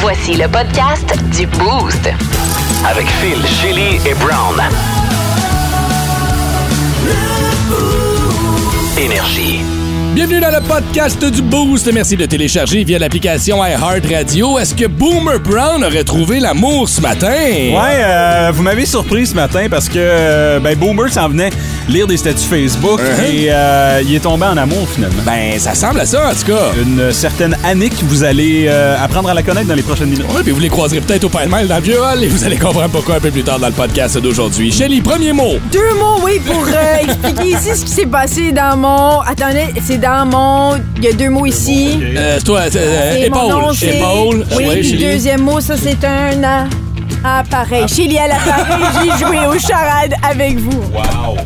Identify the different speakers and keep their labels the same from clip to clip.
Speaker 1: Voici le podcast du Boost.
Speaker 2: Avec Phil, Chili et Brown. Énergie.
Speaker 3: Bienvenue dans le podcast du Boost. Merci de le télécharger via l'application iHeartRadio. Est-ce que Boomer Brown aurait trouvé l'amour ce matin?
Speaker 4: Ouais, euh, vous m'avez surpris ce matin parce que euh, ben Boomer s'en venait lire des statuts Facebook
Speaker 3: Uh-huh.
Speaker 4: et euh, il est tombé en amour finalement.
Speaker 3: Ben, ça semble à ça, en tout cas.
Speaker 4: Une certaine Annick, vous allez euh, apprendre à la connaître dans les prochaines minutes.
Speaker 3: Ouais, puis vous les croiserez peut-être au Père Noël dans le vieux hall et vous allez comprendre pourquoi un peu plus tard dans le podcast d'aujourd'hui. Shelly, premier mot.
Speaker 5: Deux mots, oui, pour euh, expliquer ici ce qui s'est passé dans mon. Attendez, c'est dans mon. Il y a deux mots ici.
Speaker 3: Euh, c'est toi, euh,
Speaker 5: Et mon
Speaker 3: épaule.
Speaker 5: nom, c'est-
Speaker 3: épaule.
Speaker 5: Oui,
Speaker 3: Ouais,
Speaker 5: puis
Speaker 3: Shelly.
Speaker 5: deuxième mot, ça, c'est un a-
Speaker 3: Ah.
Speaker 5: appareil. Chez Liel Appareil, j'ai joué au charade avec vous.
Speaker 4: Wow!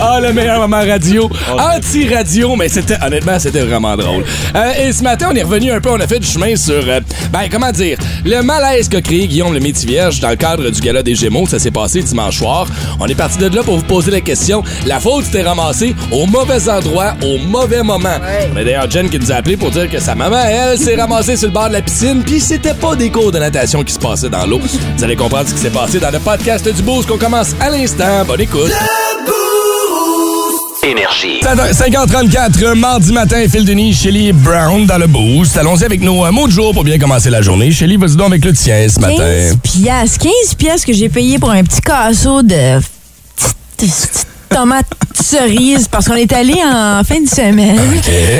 Speaker 3: Ah, le meilleur moment radio. Anti-radio, mais c'était, honnêtement, c'était vraiment drôle. Euh, et ce matin, on est revenu un peu, on a fait du chemin sur, euh, ben, comment dire, le malaise qu'a créé Guillaume le Métivierge dans le cadre du Gala des Gémeaux. Ça s'est passé dimanche soir. On est parti de là pour vous poser la question. La faute s'était ramassée au mauvais endroit, au mauvais moment. On a d'ailleurs Jen qui nous a appelé pour dire que sa maman, elle, s'est ramassée sur le bord de la piscine, puis c'était pas des cours de natation qui se passaient dans l'eau. Vous allez comprendre ce qui s'est passé dans le podcast du Boost qu'on commence à l'instant. Bonne écoute.
Speaker 2: Énergie.
Speaker 3: 5h34, euh, mardi matin, Phil Denis, Shelly Brown dans le boost. Allons-y avec nos euh, mots de jour pour bien commencer la journée. Shelly, vas-y donc avec le tien ce matin.
Speaker 6: 15 piastres. 15 piastres que j'ai payé pour un petit casseau de petites tomates cerises parce qu'on est allé en fin de semaine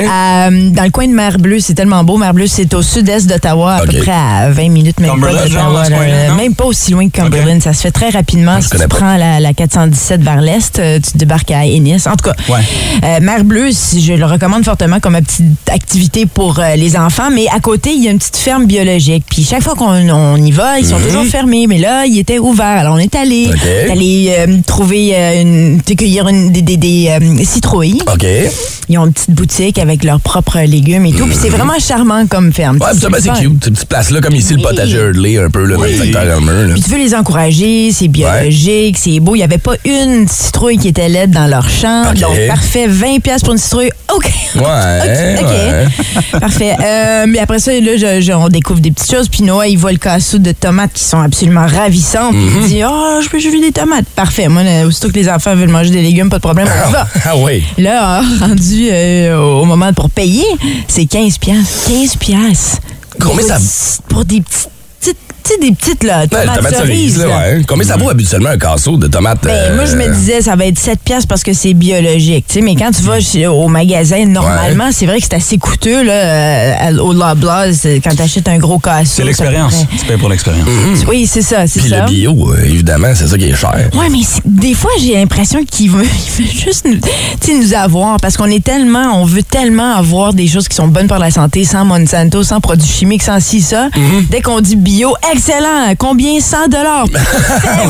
Speaker 6: à, euh, dans le coin de Mer Bleue. C'est tellement beau. Mer Bleue, c'est au sud-est d'Ottawa, à
Speaker 3: OK.
Speaker 6: peu près à 20 minutes, même
Speaker 4: Cumberland,
Speaker 6: pas
Speaker 4: genre,
Speaker 6: d'Ottawa.
Speaker 4: dans ce
Speaker 6: là.
Speaker 4: coin-là, non?
Speaker 6: Même pas aussi loin que Cumberland. Ça se fait très rapidement. si tu
Speaker 3: connais pas.
Speaker 6: prends la, la 417 vers l'est, euh, tu débarques à Ennis. En tout cas,
Speaker 4: Ouais.
Speaker 6: euh, Mer Bleue, si- je le recommande fortement comme petite activité pour euh, les enfants, mais à côté, il y a une petite ferme biologique. Puis chaque fois qu'on on y va, ils sont toujours fermés, mais là, ils étaient ouverts. Alors, on est allé
Speaker 3: Mhm. OK.
Speaker 6: allé euh, trouver, euh, une, tu sais, cueillir une, des, des- des, euh, citrouilles.
Speaker 3: OK. Ouais,
Speaker 6: Ils ont une petite boutique avec leurs propres légumes et tout. Puis c'est vraiment charmant comme ferme.
Speaker 3: Euh. puis ça, ben, c'est
Speaker 6: le fun.
Speaker 3: cute. Cette petite place-là, comme ici, le
Speaker 6: Oui.
Speaker 3: potager Hurley, un peu, le même secteur Elmer, là.
Speaker 6: Puis tu veux les encourager, c'est biologique, c'est beau. Il n'y avait pas une citrouille qui était laide dans leur champ.
Speaker 3: OK.
Speaker 6: Donc, parfait, 20$ piastres pour une citrouille. OK.
Speaker 3: Ouais,
Speaker 6: OK. OK. Parfait. Euh, mais après ça, là, je- je- on découvre des petites choses. Puis Noah, il voit le cassou de tomates qui sont absolument ravissantes. Puis
Speaker 3: Mhm.
Speaker 6: Il dit Oh, je peux jouer des tomates. Parfait. Moi, là, aussitôt que les enfants veulent manger des légumes, pas de problème, on y va.
Speaker 3: Ah oui.
Speaker 6: Là, euh, rendu euh, au moment pour payer, c'est 15 piastres. 15 piastres.
Speaker 3: Combien
Speaker 6: pour
Speaker 3: ça-
Speaker 6: des- Pour des petites, petites, tu sais, des petites, là,
Speaker 3: Ouais,
Speaker 6: tomates,
Speaker 3: tomates
Speaker 6: cerises,
Speaker 3: cerises, là,
Speaker 6: là.
Speaker 3: ouais. Combien ça vaut habituellement un casseau de tomates?
Speaker 6: Ben,
Speaker 3: euh,
Speaker 6: moi, je me disais, ça va être 7 piastres parce que c'est biologique. tu sais, mais quand tu vas chez- au magasin, normalement, c'est vrai que c'est assez coûteux là, euh, à- au Loblaws euh, quand tu achètes un gros casseau.
Speaker 4: C'est l'expérience.
Speaker 6: ça
Speaker 4: Tu payes pour l'expérience.
Speaker 3: Mhm.
Speaker 6: peut- Oui, c'est ça, c'est
Speaker 3: Puis
Speaker 6: ça.
Speaker 3: le bio, euh, évidemment, c'est ça qui est cher.
Speaker 6: Ouais, mais c'est- des fois, j'ai l'impression qu'il veut, il veut juste nous, tu sais, nous avoir parce qu'on est tellement, on veut tellement avoir des choses qui sont bonnes pour la santé, sans Monsanto, sans produits chimiques, sans ci, ça.
Speaker 4: Mhm.
Speaker 6: Dès qu'on dit bio, excellent, combien 100 dollars? Ben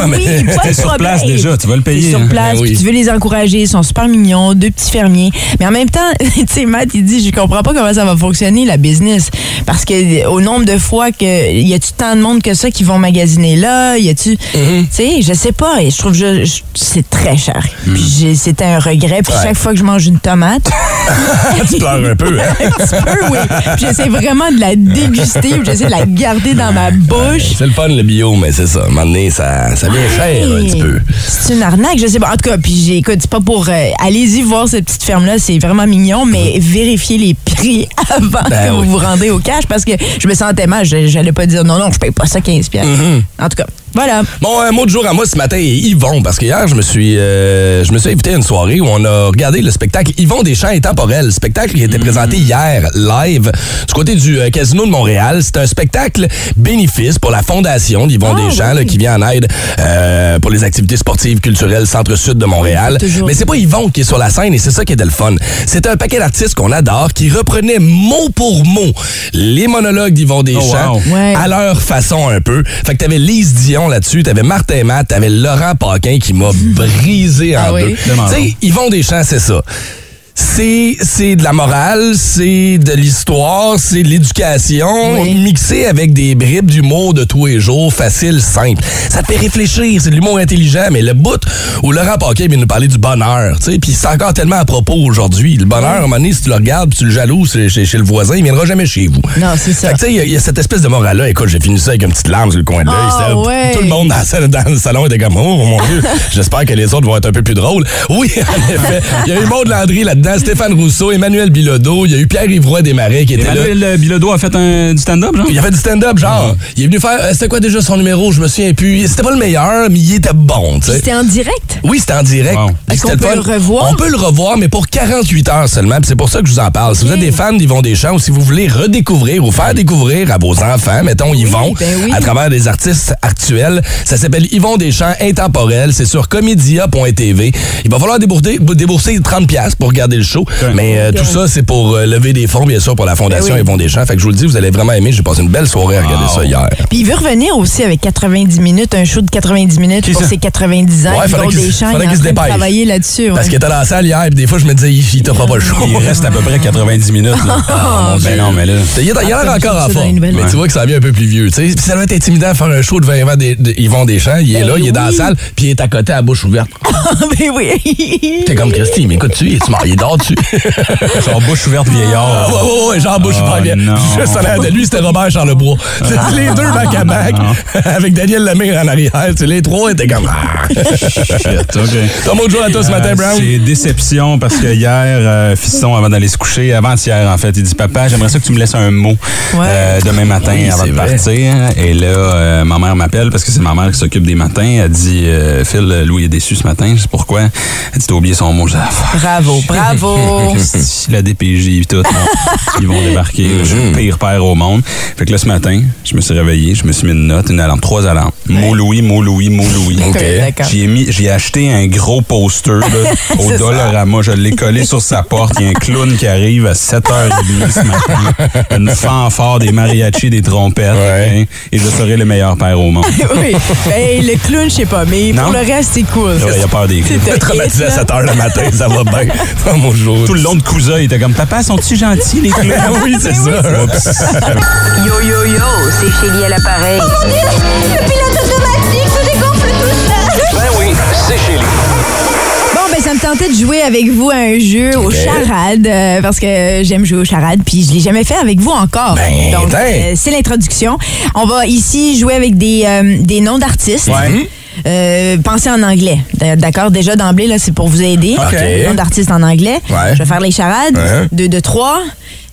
Speaker 6: oui, pas de
Speaker 4: sur place
Speaker 6: problème.
Speaker 4: déjà, tu vas le
Speaker 6: T'es
Speaker 4: payer.
Speaker 6: sur
Speaker 4: hein.
Speaker 6: place,
Speaker 3: Ah, Ben oui.
Speaker 6: puis tu veux les encourager, ils sont super mignons, deux petits fermiers. Mais en même temps, tu sais, Matt, il dit, je comprends pas comment ça va fonctionner, la business. Parce que euh, au nombre de fois que, y a-tu tant de monde que ça qui vont magasiner là, y a-tu,
Speaker 3: Mm-hmm.
Speaker 6: tu sais, je sais pas, et je trouve que je- je- c'est très cher. Puis j'ai- c'était un regret, puis
Speaker 3: Mm. Ouais.
Speaker 6: chaque fois que je mange une tomate,
Speaker 3: tu pleures un peu, hein?
Speaker 6: un petit peu, oui. Puis j'essaie vraiment de la déguster, puis j'essaie de la garder dans ma bouche.
Speaker 3: C'est le fun, le bio, mais c'est ça. À un moment donné, ça, ça vient cher un petit peu.
Speaker 6: C'est une arnaque, je sais pas. En tout cas, puis j'ai- écoute, c'est pas pour. euh, Allez-y voir cette petite ferme-là, c'est vraiment mignon, mais vérifiez les prix avant
Speaker 3: Ben
Speaker 6: que
Speaker 3: oui.
Speaker 6: vous vous rendez au cash parce que je me sentais mal. Je- J'allais pas dire non, non, je paye pas ça 15$. piastres.
Speaker 3: Mm-hmm.
Speaker 6: En tout cas, voilà.
Speaker 3: Bon, un euh, mot de jour à moi ce matin, Yvon, parce que hier, je me suis euh, je me suis invité à une soirée où on a regardé le spectacle Yvon des champs intemporels, le spectacle qui a été présenté hier live du côté du euh, Casino de Montréal. C'est un spectacle bénéfice pour la fondation d'Yvon
Speaker 6: Ah,
Speaker 3: Deschamps là, qui vient en aide euh, pour les activités sportives, culturelles, centre-sud de Montréal.
Speaker 6: toujours.
Speaker 3: Mais c'est pas Yvon qui est sur la scène et c'est ça qui était le fun. C'était un paquet d'artistes qu'on adore qui reprenaient mot pour mot les monologues d'Yvon Deschamps
Speaker 4: wow.
Speaker 6: Ouais.
Speaker 3: à leur façon un peu. Fait que t'avais Lise Dion là-dessus, t'avais Martin Matt, t'avais Laurent Paquin qui m'a brisé en
Speaker 6: Ah oui?
Speaker 3: deux. Tu
Speaker 4: Demandons.
Speaker 3: sais, Yvon Deschamps, c'est ça. c'est c'est de la morale, c'est de l'histoire, c'est de l'éducation,
Speaker 6: Oui.
Speaker 3: mixé avec des bribes d'humour de tous les jours, facile, simple. Ça te fait réfléchir, c'est de l'humour intelligent, mais le bout où Laurent Paquet vient nous parler du bonheur, tu sais, puis c'est encore tellement à propos aujourd'hui. Le bonheur, à un moment donné, si tu le regardes, puis tu le jalouses chez, chez- chez le voisin, il viendra jamais chez vous.
Speaker 6: Non, c'est ça.
Speaker 3: Fait que, tu sais, il y a- il y, a cette espèce de morale-là. Écoute, j'ai fini ça avec une petite larme sur le coin de l'œil.
Speaker 6: Ah,
Speaker 3: C'était-
Speaker 6: ouais.
Speaker 3: Tout le monde dans, la salle- dans le salon était comme, oh mon Dieu, j'espère que les autres vont être un peu plus drôles. Oui, en effet. Il y a eu Maud Landry là-dedans, Stéphane Rousseau, Emmanuel Bilodeau, il y a eu Pierre-Yves Roy Desmarais qui était là.
Speaker 4: Emmanuel euh, Bilodeau a fait un, du stand-up, genre?
Speaker 3: Il a fait du stand-up, genre. Il est venu faire. euh, C'était quoi déjà son numéro? Je me souviens plus. C'était pas le meilleur, mais il était bon, tu sais.
Speaker 6: C'était en direct?
Speaker 3: Oui, c'était en direct.
Speaker 4: Wow.
Speaker 3: Puis
Speaker 6: Est-ce
Speaker 3: c'était
Speaker 6: qu'on
Speaker 3: fun.
Speaker 6: peut le revoir?
Speaker 3: On peut le revoir, mais pour 48 heures seulement. Puis C'est pour ça que je vous en parle. Si vous êtes des fans d'Yvon Deschamps ou si vous voulez redécouvrir ou faire découvrir à vos enfants, mettons Yvon,
Speaker 6: ben oui.
Speaker 3: à travers des artistes actuels, ça s'appelle Yvon Deschamps Intemporel. C'est sur comedia.tv. Il va falloir débourser, débourser 30$ piastres pour regarder le show. Mais euh, tout ça, c'est pour euh, lever des fonds, bien sûr, pour la
Speaker 6: Ben
Speaker 3: Fondation Yvon Deschamps. Fait que je vous le dis, vous allez vraiment aimer. J'ai passé une belle soirée à regarder ça hier.
Speaker 6: Puis il veut revenir aussi avec 90 minutes, un show de 90 minutes
Speaker 4: Qui
Speaker 6: pour
Speaker 4: ça?
Speaker 6: ses 90 ans.
Speaker 3: Ouais,
Speaker 6: Ils
Speaker 3: fallait
Speaker 6: ont
Speaker 3: qu'il-
Speaker 6: des
Speaker 3: fallait
Speaker 6: chants, il est
Speaker 3: qu'il
Speaker 6: en
Speaker 3: se
Speaker 6: train de
Speaker 3: dépêche.
Speaker 6: travailler là-dessus. hein.
Speaker 3: Parce
Speaker 6: ouais.
Speaker 3: qu'il était dans la salle hier, puis des fois, je me disais, il il t'offre pas le show.
Speaker 4: Il reste à peu près 90 minutes. là.
Speaker 3: mon Dieu.
Speaker 4: ben non, mais là.
Speaker 3: Il a il a l'air
Speaker 6: Ah,
Speaker 3: encore
Speaker 6: comme
Speaker 3: en
Speaker 6: ça, dans
Speaker 3: forme.
Speaker 6: les nouvelles.
Speaker 3: Mais tu vois que ça vient un peu plus vieux. tu sais. Puis ça doit être intimidant de faire un show devant Yvan des, de- Yvon Deschamps. Il est
Speaker 6: Ben
Speaker 3: là, il est dans la
Speaker 6: oui.
Speaker 3: salle, puis il est à côté à bouche ouverte.
Speaker 6: Ben oui.
Speaker 3: T'es comme Christy, mais écoute, tu es tu mort, il dort tu.
Speaker 4: Genre bouche ouverte
Speaker 3: Ah,
Speaker 4: vieillard.
Speaker 3: ouais, ouais, ouais, genre bouche
Speaker 4: Oh,
Speaker 3: ouverte.
Speaker 4: non. Ah,
Speaker 3: Juste en l'air de lui, c'était Robert Charlebois. C'est les deux bac à bac, avec Daniel Lemire en arrière. tu sais, Les trois étaient comme. Ah.
Speaker 4: Shit, ok.
Speaker 3: Ton mot de joie à toi ce matin,
Speaker 4: Euh,
Speaker 3: Brown?
Speaker 4: C'est déception parce que hier, euh, Fiston, avant d'aller se coucher, avant-hier en fait, il dit Papa, j'aimerais ça que tu me laisses un mot euh, demain matin
Speaker 3: Oui,
Speaker 4: avant
Speaker 3: c'est
Speaker 4: de
Speaker 3: vrai.
Speaker 4: partir. Et là, euh, ma mère m'appelle parce que c'est ma mère qui s'occupe des matins. Elle dit euh, Phil, euh, Louis est déçu ce matin. Je sais pourquoi. Elle dit T'as oublié son mot. Je dis, Ah, fuck.
Speaker 6: Bravo, bravo.
Speaker 4: Si la DPJ et tout, non, ils vont débarquer. Je suis
Speaker 6: Mm-hmm.
Speaker 4: le pire père au monde. Fait que là, ce matin, je me suis réveillé, je me suis mis une note, une alarme, trois alarmes. Mot Louis, mot Louis, mot Louis.
Speaker 6: Ouais, d'accord.
Speaker 4: J'y ai mis- J'ai acheté un gros poster là, au
Speaker 6: C'est ça.
Speaker 4: Dollarama. Je l'ai collé sur sa porte. Il y a un clown qui arrive à 7h30 ce matin. Une fanfare, des mariachis, des trompettes. hein, et je serai le meilleur père au monde.
Speaker 6: oui. Hey, le clown, je sais pas, mais
Speaker 4: Non.
Speaker 6: pour le reste, c'est cool.
Speaker 4: Il a peur des
Speaker 6: C'est
Speaker 3: Traumatisé à 7 h le matin, ça va bien. Ton mot de joie.
Speaker 4: Tout le long de Cousin, il était comme Papa, sont-ils gentils, les
Speaker 6: Ah,
Speaker 4: clowns?
Speaker 3: Ah Oui, c'est ça.
Speaker 1: Yo yo yo, c'est Chélie à l'appareil.
Speaker 7: Le pilote automatique se dégonfle tout seul.
Speaker 8: Ben oui, c'est Chélie.
Speaker 6: Bon, ben ça me tentait de jouer avec vous à un jeu
Speaker 3: Ben.
Speaker 6: aux charades, euh, parce que j'aime jouer aux charades, puis je l'ai jamais fait avec vous encore.
Speaker 3: Ben,
Speaker 6: Donc,
Speaker 3: tiens.
Speaker 6: euh, c'est l'introduction. On va ici jouer avec des, euh, des noms d'artistes.
Speaker 4: Ouais.
Speaker 6: Euh, pensez en anglais. D- D'accord? Déjà d'emblée, là, c'est pour vous aider.
Speaker 3: OK.
Speaker 6: Noms d'artistes en anglais.
Speaker 3: Ouais.
Speaker 6: Je vais faire les charades.
Speaker 3: Ouais.
Speaker 6: Deux, deux, trois.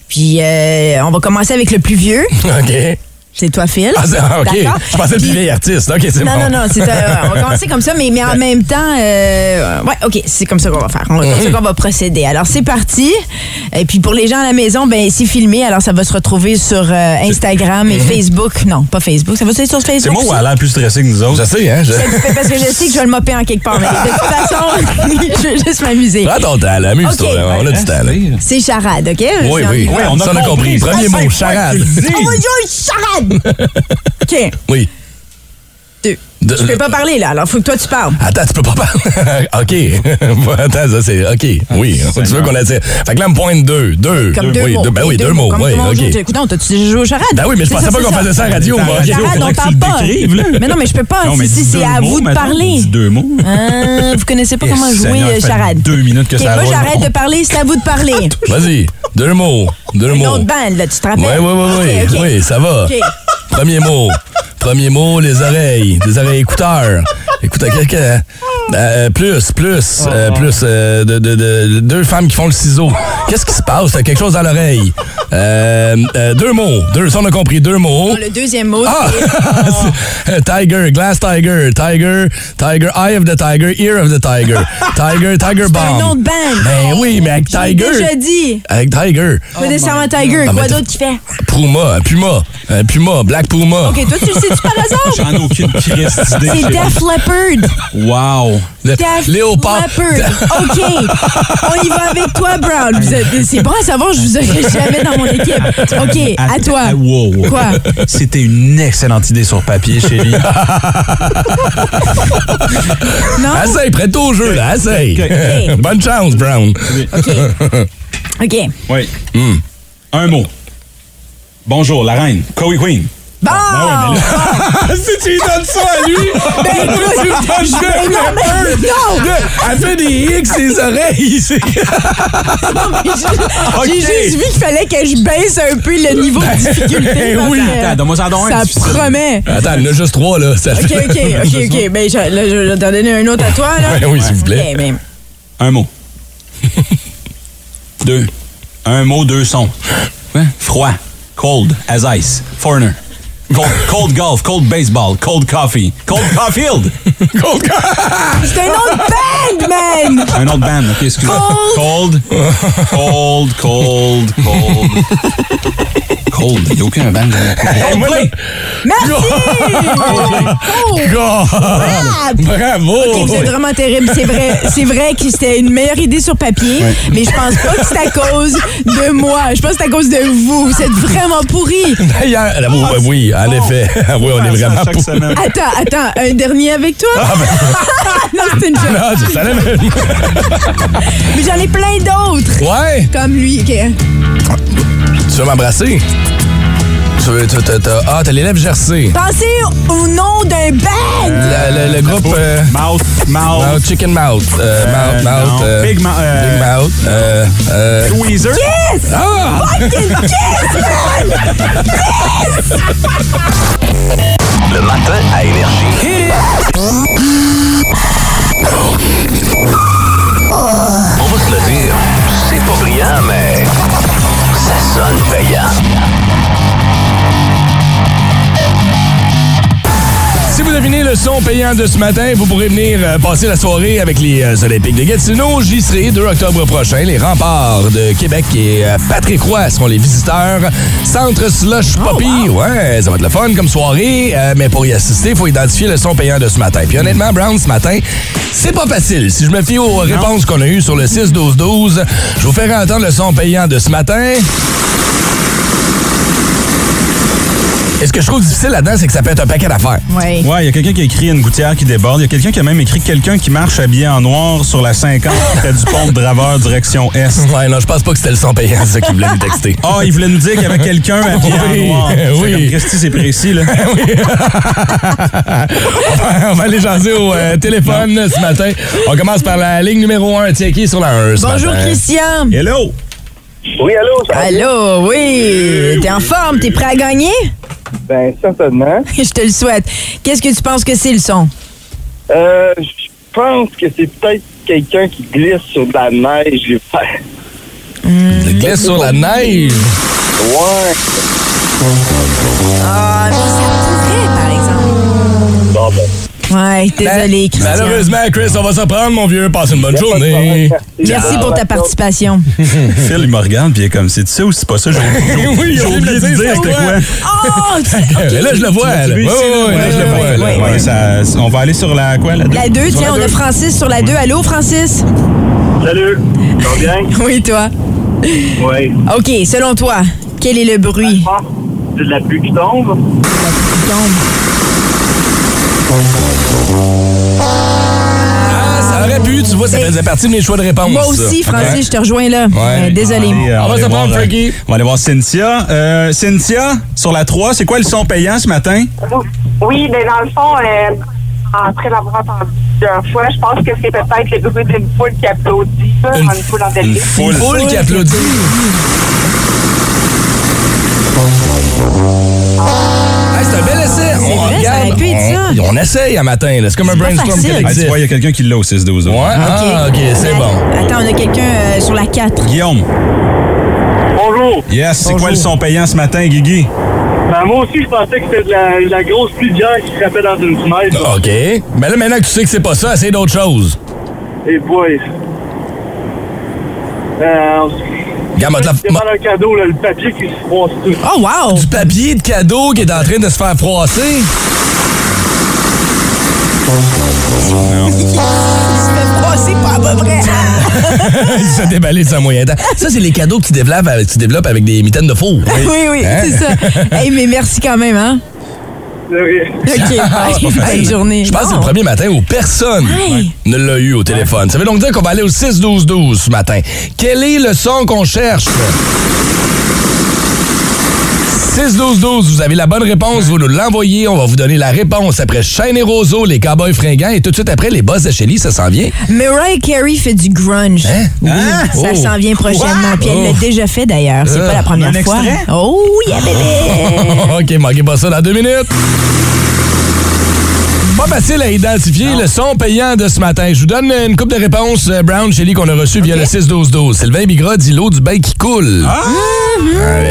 Speaker 6: Puis euh, on va commencer avec le plus vieux.
Speaker 3: OK.
Speaker 6: C'est toi, Phil.
Speaker 3: Ah, c'est- ah, OK.
Speaker 6: D'accord?
Speaker 3: Je pensais le plus vieil artiste. OK, c'est bon.
Speaker 6: Non, non, non, c'est ça. On va commencer comme ça, mais, mais en même temps, euh, ouais, OK, c'est comme ça qu'on va faire. On- C'est comme ça qu'on va procéder. Alors, c'est parti. Et puis, pour les gens à la maison, ben c'est filmé. Alors, ça va se retrouver sur euh, Instagram et Facebook. Non, pas Facebook. Ça va se sur Facebook.
Speaker 4: C'est moi où elle a l'air plus stressée que nous autres.
Speaker 3: Je sais, hein. Je...
Speaker 6: aussi? Parce que je sais que je vais le mopper en quelque part. Mais de toute façon, je vais juste m'amuser.
Speaker 3: Prends ton temps, là. Amuse-toi.
Speaker 6: OK.
Speaker 3: là, On a du temps, là.
Speaker 4: Oui,
Speaker 6: C'est charade, OK?
Speaker 3: Oui, oui.
Speaker 4: oui, on a
Speaker 3: Ça, on a compris.
Speaker 4: compris.
Speaker 3: Premier
Speaker 4: Ça,
Speaker 3: mot,
Speaker 4: c'est
Speaker 3: charade.
Speaker 6: On va jouer une charade! OK.
Speaker 3: Oui.
Speaker 6: Deux.
Speaker 3: Deux.
Speaker 6: Je peux pas parler, là. Alors, faut que toi, tu parles.
Speaker 3: Attends, tu peux pas parler. OK. Bon, Attends, ça, Ah, c'est OK. Oui. tu veux qu'on la tire. Fait que là, me pointe deux. Deux.
Speaker 6: Comme deux,
Speaker 3: oui,
Speaker 6: mots.
Speaker 3: Deux, ben oui, deux, mots.
Speaker 6: Comme
Speaker 3: Oui,
Speaker 6: comment on joue, tu-
Speaker 3: OK.
Speaker 6: Écoute, on t'as-tu déjà joué aux charades?
Speaker 3: Ben oui, mais je
Speaker 6: C'est
Speaker 3: pensais
Speaker 6: ça,
Speaker 3: pas
Speaker 6: c'est
Speaker 3: qu'on faisait ça à la radio.
Speaker 4: Mais
Speaker 3: moi.
Speaker 4: t'as
Speaker 3: OK.
Speaker 4: raison.
Speaker 6: Charade,
Speaker 4: faudrait
Speaker 6: on
Speaker 4: que tu
Speaker 6: parle
Speaker 4: le
Speaker 6: pas.
Speaker 4: décrives, là.
Speaker 6: Mais non, mais je peux pas.
Speaker 4: Non, mais
Speaker 6: si si,
Speaker 4: dis
Speaker 6: c'est
Speaker 4: deux
Speaker 6: à
Speaker 4: mots,
Speaker 6: vous de
Speaker 4: mettons.
Speaker 6: parler.
Speaker 4: Dis deux mots.
Speaker 6: Hein, vous connaissez pas
Speaker 4: Eh,
Speaker 6: comment jouer
Speaker 4: Seigneur,
Speaker 6: euh,
Speaker 4: ça fait
Speaker 6: charade.
Speaker 4: deux minutes que
Speaker 6: Ok,
Speaker 4: ça
Speaker 6: Moi,
Speaker 4: roule.
Speaker 6: j'arrête de parler, c'est à vous de
Speaker 3: Ah,
Speaker 6: parler.
Speaker 3: Vas-y. Deux mots. Deux
Speaker 6: Une
Speaker 3: mots.
Speaker 6: autre bande, là, tu te
Speaker 3: Oui, oui,
Speaker 6: rappelles?
Speaker 3: oui, oui.
Speaker 6: Ok, ok.
Speaker 3: Oui, ça va.
Speaker 6: Ok.
Speaker 3: Premier mot. Premier mot, les oreilles. Des oreilles écouteurs. Écoute, quelqu'un. euh, plus, plus,
Speaker 6: Oh.
Speaker 3: euh, plus. euh, de, de- de- deux femmes qui font le ciseau. Qu'est-ce qui se passe? T'as quelque chose dans l'oreille. Euh, euh, deux mots. Deux, ça, on a compris. Deux mots.
Speaker 6: Bon, Le deuxième mot,
Speaker 3: Ah!
Speaker 6: Oh.
Speaker 3: C'est- Tiger, Glass Tiger, Tiger, Tiger, Eye of the Tiger, Ear of the Tiger, Tiger, Tiger
Speaker 6: c'est un nom
Speaker 3: Bomb.
Speaker 6: de bande.
Speaker 3: Ben oui, mais avec
Speaker 6: J'ai déjà
Speaker 3: Tiger. Oh
Speaker 6: dit.
Speaker 3: Avec Tiger.
Speaker 6: Pas nécessairement Tiger.
Speaker 3: Ah, mais
Speaker 6: Quoi
Speaker 3: t'as-
Speaker 6: d'autre qui fait?
Speaker 3: Puma, Puma, euh, Puma, Black Puma.
Speaker 6: Ok, toi, tu le sais-tu par hasard?
Speaker 4: J'en ai aucune crise d'idée.
Speaker 6: C'est Def Leppard.
Speaker 4: Wow!
Speaker 3: Léon. Le-
Speaker 6: Daphne
Speaker 3: Léopard.
Speaker 6: Leppard. OK. On y va avec toi, Brown. Vous êtes- C'est bon à savoir, je vous aurais jamais dans mon équipe. OK, à toi.
Speaker 4: Ah, wow, wow.
Speaker 6: Quoi?
Speaker 4: C'était une excellente idée sur papier, chérie.
Speaker 6: Non?
Speaker 3: Essaye, prête-toi au jeu, là. Essaye.
Speaker 6: Ok.
Speaker 3: Bonne chance, Brown.
Speaker 6: OK. OK.
Speaker 4: oui. Hmm. Un mot. Bonjour, la reine. Koei Queen.
Speaker 6: Bon! Ah,
Speaker 3: si tu lui donnes ça à lui,
Speaker 6: Ben, écoute,
Speaker 3: tu
Speaker 6: je-
Speaker 3: manges
Speaker 6: ben,
Speaker 3: le
Speaker 6: non, mais
Speaker 3: pepper.
Speaker 6: non!
Speaker 3: Elle fait des X ses oreilles. c'est-
Speaker 6: J'ai-
Speaker 3: Ok.
Speaker 6: J'ai juste vu qu'il fallait que je baisse un peu le niveau de difficulté.
Speaker 3: Ben
Speaker 6: parce
Speaker 3: oui.
Speaker 6: que
Speaker 4: Attends, donne-moi ça hein, en donne un
Speaker 6: Ça
Speaker 4: difficile.
Speaker 6: promet.
Speaker 3: Attends, il y en a juste trois, là. Ça
Speaker 6: OK,
Speaker 3: fait-
Speaker 6: OK, OK, OK. Ben, je, là, je vais t'en donner un autre à toi, là.
Speaker 3: Ouais, oui, s'il vous plaît.
Speaker 6: OK, mais-
Speaker 4: Un mot. deux. Un mot, deux sons. Froid. Cold as ice. Foreigner. Cold, cold golf, cold baseball, cold coffee, cold Caulfield.
Speaker 6: C'est un autre band, man!
Speaker 4: Un autre band, ok, excusez-moi. Cold. Cold, cold, cold. Cold, il n'y a aucun band. Coldplay.
Speaker 6: Merci! Oh! Ah!
Speaker 3: Bravo!
Speaker 6: Ok, vous êtes vraiment terrible. C'est vrai, c'est vrai que c'était une meilleure idée sur papier, mais je pense pas que c'est à cause de moi. Je pense que c'est à cause de vous. Vous êtes vraiment pourris.
Speaker 3: D'ailleurs, ah, oui, oui, oui,
Speaker 6: oh.
Speaker 3: en effet. Oui,
Speaker 6: Ah,
Speaker 3: on est vraiment
Speaker 4: Chaque
Speaker 3: pour-
Speaker 4: semaine.
Speaker 6: Attends, attends, un dernier avec toi? non, c'est une joke.
Speaker 3: Ah, je savais même.
Speaker 6: Mais j'en ai plein d'autres.
Speaker 3: Ouais,
Speaker 6: Comme lui. ok.
Speaker 3: tu veux m'embrasser? Tu veux. tu- t'as- t'as- ah, t'as l'élève Jersey.
Speaker 6: Pensez au nom d'un band!
Speaker 3: Le, le- le groupe. euh,
Speaker 4: Mouth,
Speaker 3: Mouth,
Speaker 4: mouth.
Speaker 3: Chicken Mouth. euh, mouth,
Speaker 4: Euh,
Speaker 3: Mouth.
Speaker 4: non.
Speaker 3: euh,
Speaker 4: Big Mou- euh,
Speaker 3: Big Mouth. euh, euh,
Speaker 4: Weezer.
Speaker 3: ah!
Speaker 9: Le matin à Énergie. On va se le dire, c'est pas brillant, mais ça sonne payant.
Speaker 3: Si vous devinez le son payant de ce matin, vous pourrez venir euh, passer la soirée avec les euh, Olympiques de Gatineau. J'y serai 2 octobre prochain. Les remparts de Québec et euh, Patrick Roy seront les visiteurs. Centre Slush Poppy. Ouais, ça va être le fun comme soirée. euh, mais pour y assister, il faut identifier le son payant de ce matin. Puis honnêtement, Brown, ce matin, c'est pas facile. Si je me fie aux réponses qu'on a eues sur le 6-12-12, je vous ferai entendre le son payant de ce matin. Et ce que je trouve difficile là-dedans, c'est que ça peut être un paquet d'affaires.
Speaker 6: Ouais.
Speaker 4: Ouais, il y a quelqu'un qui a écrit une gouttière qui déborde. Il y a quelqu'un qui a même écrit quelqu'un qui marche habillé en noir sur la 50 près du pont de Draveur, direction Est.
Speaker 3: Ouais, non, je pense pas que c'était le son payant, c'est ça qu'il voulait nous texter.
Speaker 4: Ah, il voulait nous dire qu'il y avait quelqu'un habillé
Speaker 3: Oui,
Speaker 4: en noir. J'étais
Speaker 3: oui.
Speaker 4: Comme Christy, c'est précis, là.
Speaker 3: On va aller jaser au euh, téléphone ce matin. On commence par la ligne numéro 1, tiens, qui est sur la 1 ce
Speaker 6: Bonjour,
Speaker 3: matin?
Speaker 6: Christian.
Speaker 4: Hello!
Speaker 10: Oui, allô? ça-
Speaker 6: Allô, oui. T'es en forme? T'es prêt à gagner?
Speaker 10: Ben, certainement.
Speaker 6: Je te le souhaite. Qu'est-ce que tu penses que c'est le son?
Speaker 10: Euh, je pense que c'est peut-être quelqu'un qui glisse sur de la neige l'hiver.
Speaker 3: Il Glisse sur la neige.
Speaker 10: Ouais.
Speaker 6: Ah, mais ça pourrait,
Speaker 10: Bon, ben.
Speaker 6: par exemple. Ouais, désolé, Christian.
Speaker 3: Malheureusement, Chris, on va s'en prendre, mon vieux. Passe une bonne journée.
Speaker 6: Merci pour ta participation.
Speaker 4: Phil, il me regarde, puis il est comme, c'est tu sais ou c'est pas ça? J'ai j'ai-
Speaker 3: Oui,
Speaker 4: j'ai oublié
Speaker 3: j'ai oublié
Speaker 4: de dire c'était quoi.
Speaker 6: Oh! tu- ok.
Speaker 3: Mais là, je le vois. Là,
Speaker 4: Tu
Speaker 3: Oui,
Speaker 4: veux
Speaker 3: oui,
Speaker 4: ici,
Speaker 3: oui, là, je le vois. là.
Speaker 4: Ouais, ouais, ça- On va aller sur la quoi, la deux?
Speaker 6: La 2,
Speaker 4: Sur
Speaker 6: tiens, on
Speaker 4: deux.
Speaker 6: a Francis sur la 2. Allô, Francis?
Speaker 10: Salut. Ça va bien?
Speaker 6: Oui, toi.
Speaker 10: Oui.
Speaker 6: OK, selon toi, quel est le bruit
Speaker 10: Ah, c'est de la pluie qui tombe?
Speaker 6: qui tombe?
Speaker 3: Ah, ça aurait pu, tu vois, ça faisait partie de mes choix de réponse.
Speaker 6: Moi aussi,
Speaker 3: ça.
Speaker 6: Francis, je te rejoins là. Euh, Désolé.
Speaker 4: Allez, euh,
Speaker 3: On va
Speaker 4: aller
Speaker 3: se
Speaker 4: voir,
Speaker 3: prendre
Speaker 4: euh,
Speaker 3: Frankie.
Speaker 4: On va aller voir Cynthia. Euh, Cynthia, sur la 3, c'est quoi le son payant ce matin?
Speaker 11: Oui, ben dans le fond, euh, après l'avoir entendu plusieurs fois, je pense que c'est peut-être le bruit d'une foule qui applaudit, là,
Speaker 3: Une
Speaker 11: dans une foule en
Speaker 4: Une
Speaker 11: délire.
Speaker 4: foule.
Speaker 3: Une foule qui applaudit. Hey, c'est un bel essai. On
Speaker 6: vrai, ça aurait pu être ça.
Speaker 3: on, on essaye à matin. là. C'est comme un
Speaker 6: pas
Speaker 3: brainstorm
Speaker 6: facile.
Speaker 4: Ah, tu
Speaker 3: collectif.
Speaker 4: vois, il y a quelqu'un qui l'a au 6-12.
Speaker 3: Ouais, ah, ok, c'est bon.
Speaker 6: Attends, on a quelqu'un euh, sur la 4.
Speaker 4: Guillaume.
Speaker 10: Bonjour.
Speaker 4: Yes, c'est quoi
Speaker 6: Bonjour.
Speaker 4: le son payant ce matin, Guigui?
Speaker 10: Ben, moi aussi, je pensais que c'était de la, de la grosse pluie d'hier qui frappait dans une fenêtre.
Speaker 3: OK. Mais là, maintenant que tu sais que c'est pas ça, essaye d'autres choses.
Speaker 4: Ah.
Speaker 10: Et boy. Euh,
Speaker 3: Regarde, m'a te la-
Speaker 10: c'est
Speaker 3: m'a-
Speaker 10: mal un cadeau, là, le papier qui se froisse tout.
Speaker 6: Oh, wow!
Speaker 3: du papier de cadeau qui est en train de se faire froisser.
Speaker 6: passer pas à peu près.
Speaker 3: Il se fait déballer de sa moyen temps. Ça, c'est les cadeaux que tu développes avec, tu développes avec des mitaines de four.
Speaker 6: Oui, oui,
Speaker 3: Hein?
Speaker 6: c'est ça. Hey, mais merci quand même, hein?
Speaker 3: Ah,
Speaker 6: OK, bye. Bonne journée.
Speaker 3: Je pense que c'est
Speaker 6: Bon.
Speaker 3: le premier matin où personne
Speaker 6: Hey.
Speaker 3: ne l'a eu au téléphone. Ça veut donc dire qu'on va aller au 6-12-12 ce matin. Quel est le son qu'on cherche? 6-12-12, vous avez la bonne réponse, vous nous l'envoyez, on va vous donner la réponse après Shane et Roseau, les Cowboys fringants et tout de suite après les Boss de Shelly, ça s'en vient.
Speaker 6: Mariah Carey fait du grunge. Oui,
Speaker 3: Hein?
Speaker 6: ça
Speaker 3: Oh.
Speaker 6: s'en vient prochainement. Puis elle l'a
Speaker 3: Oh.
Speaker 6: déjà fait d'ailleurs. C'est
Speaker 3: Euh,
Speaker 6: pas la première
Speaker 3: un
Speaker 6: fois.
Speaker 3: extrait?
Speaker 6: Oh, yeah, bébé!
Speaker 3: OK, manquez pas ça dans deux minutes. Pas facile à identifier le son payant de ce matin. Je vous donne une coupe de réponses euh, Brown Shelly qu'on a reçue via le 6-12-12. Sylvain Bigra dit l'eau du bain qui coule. Ah!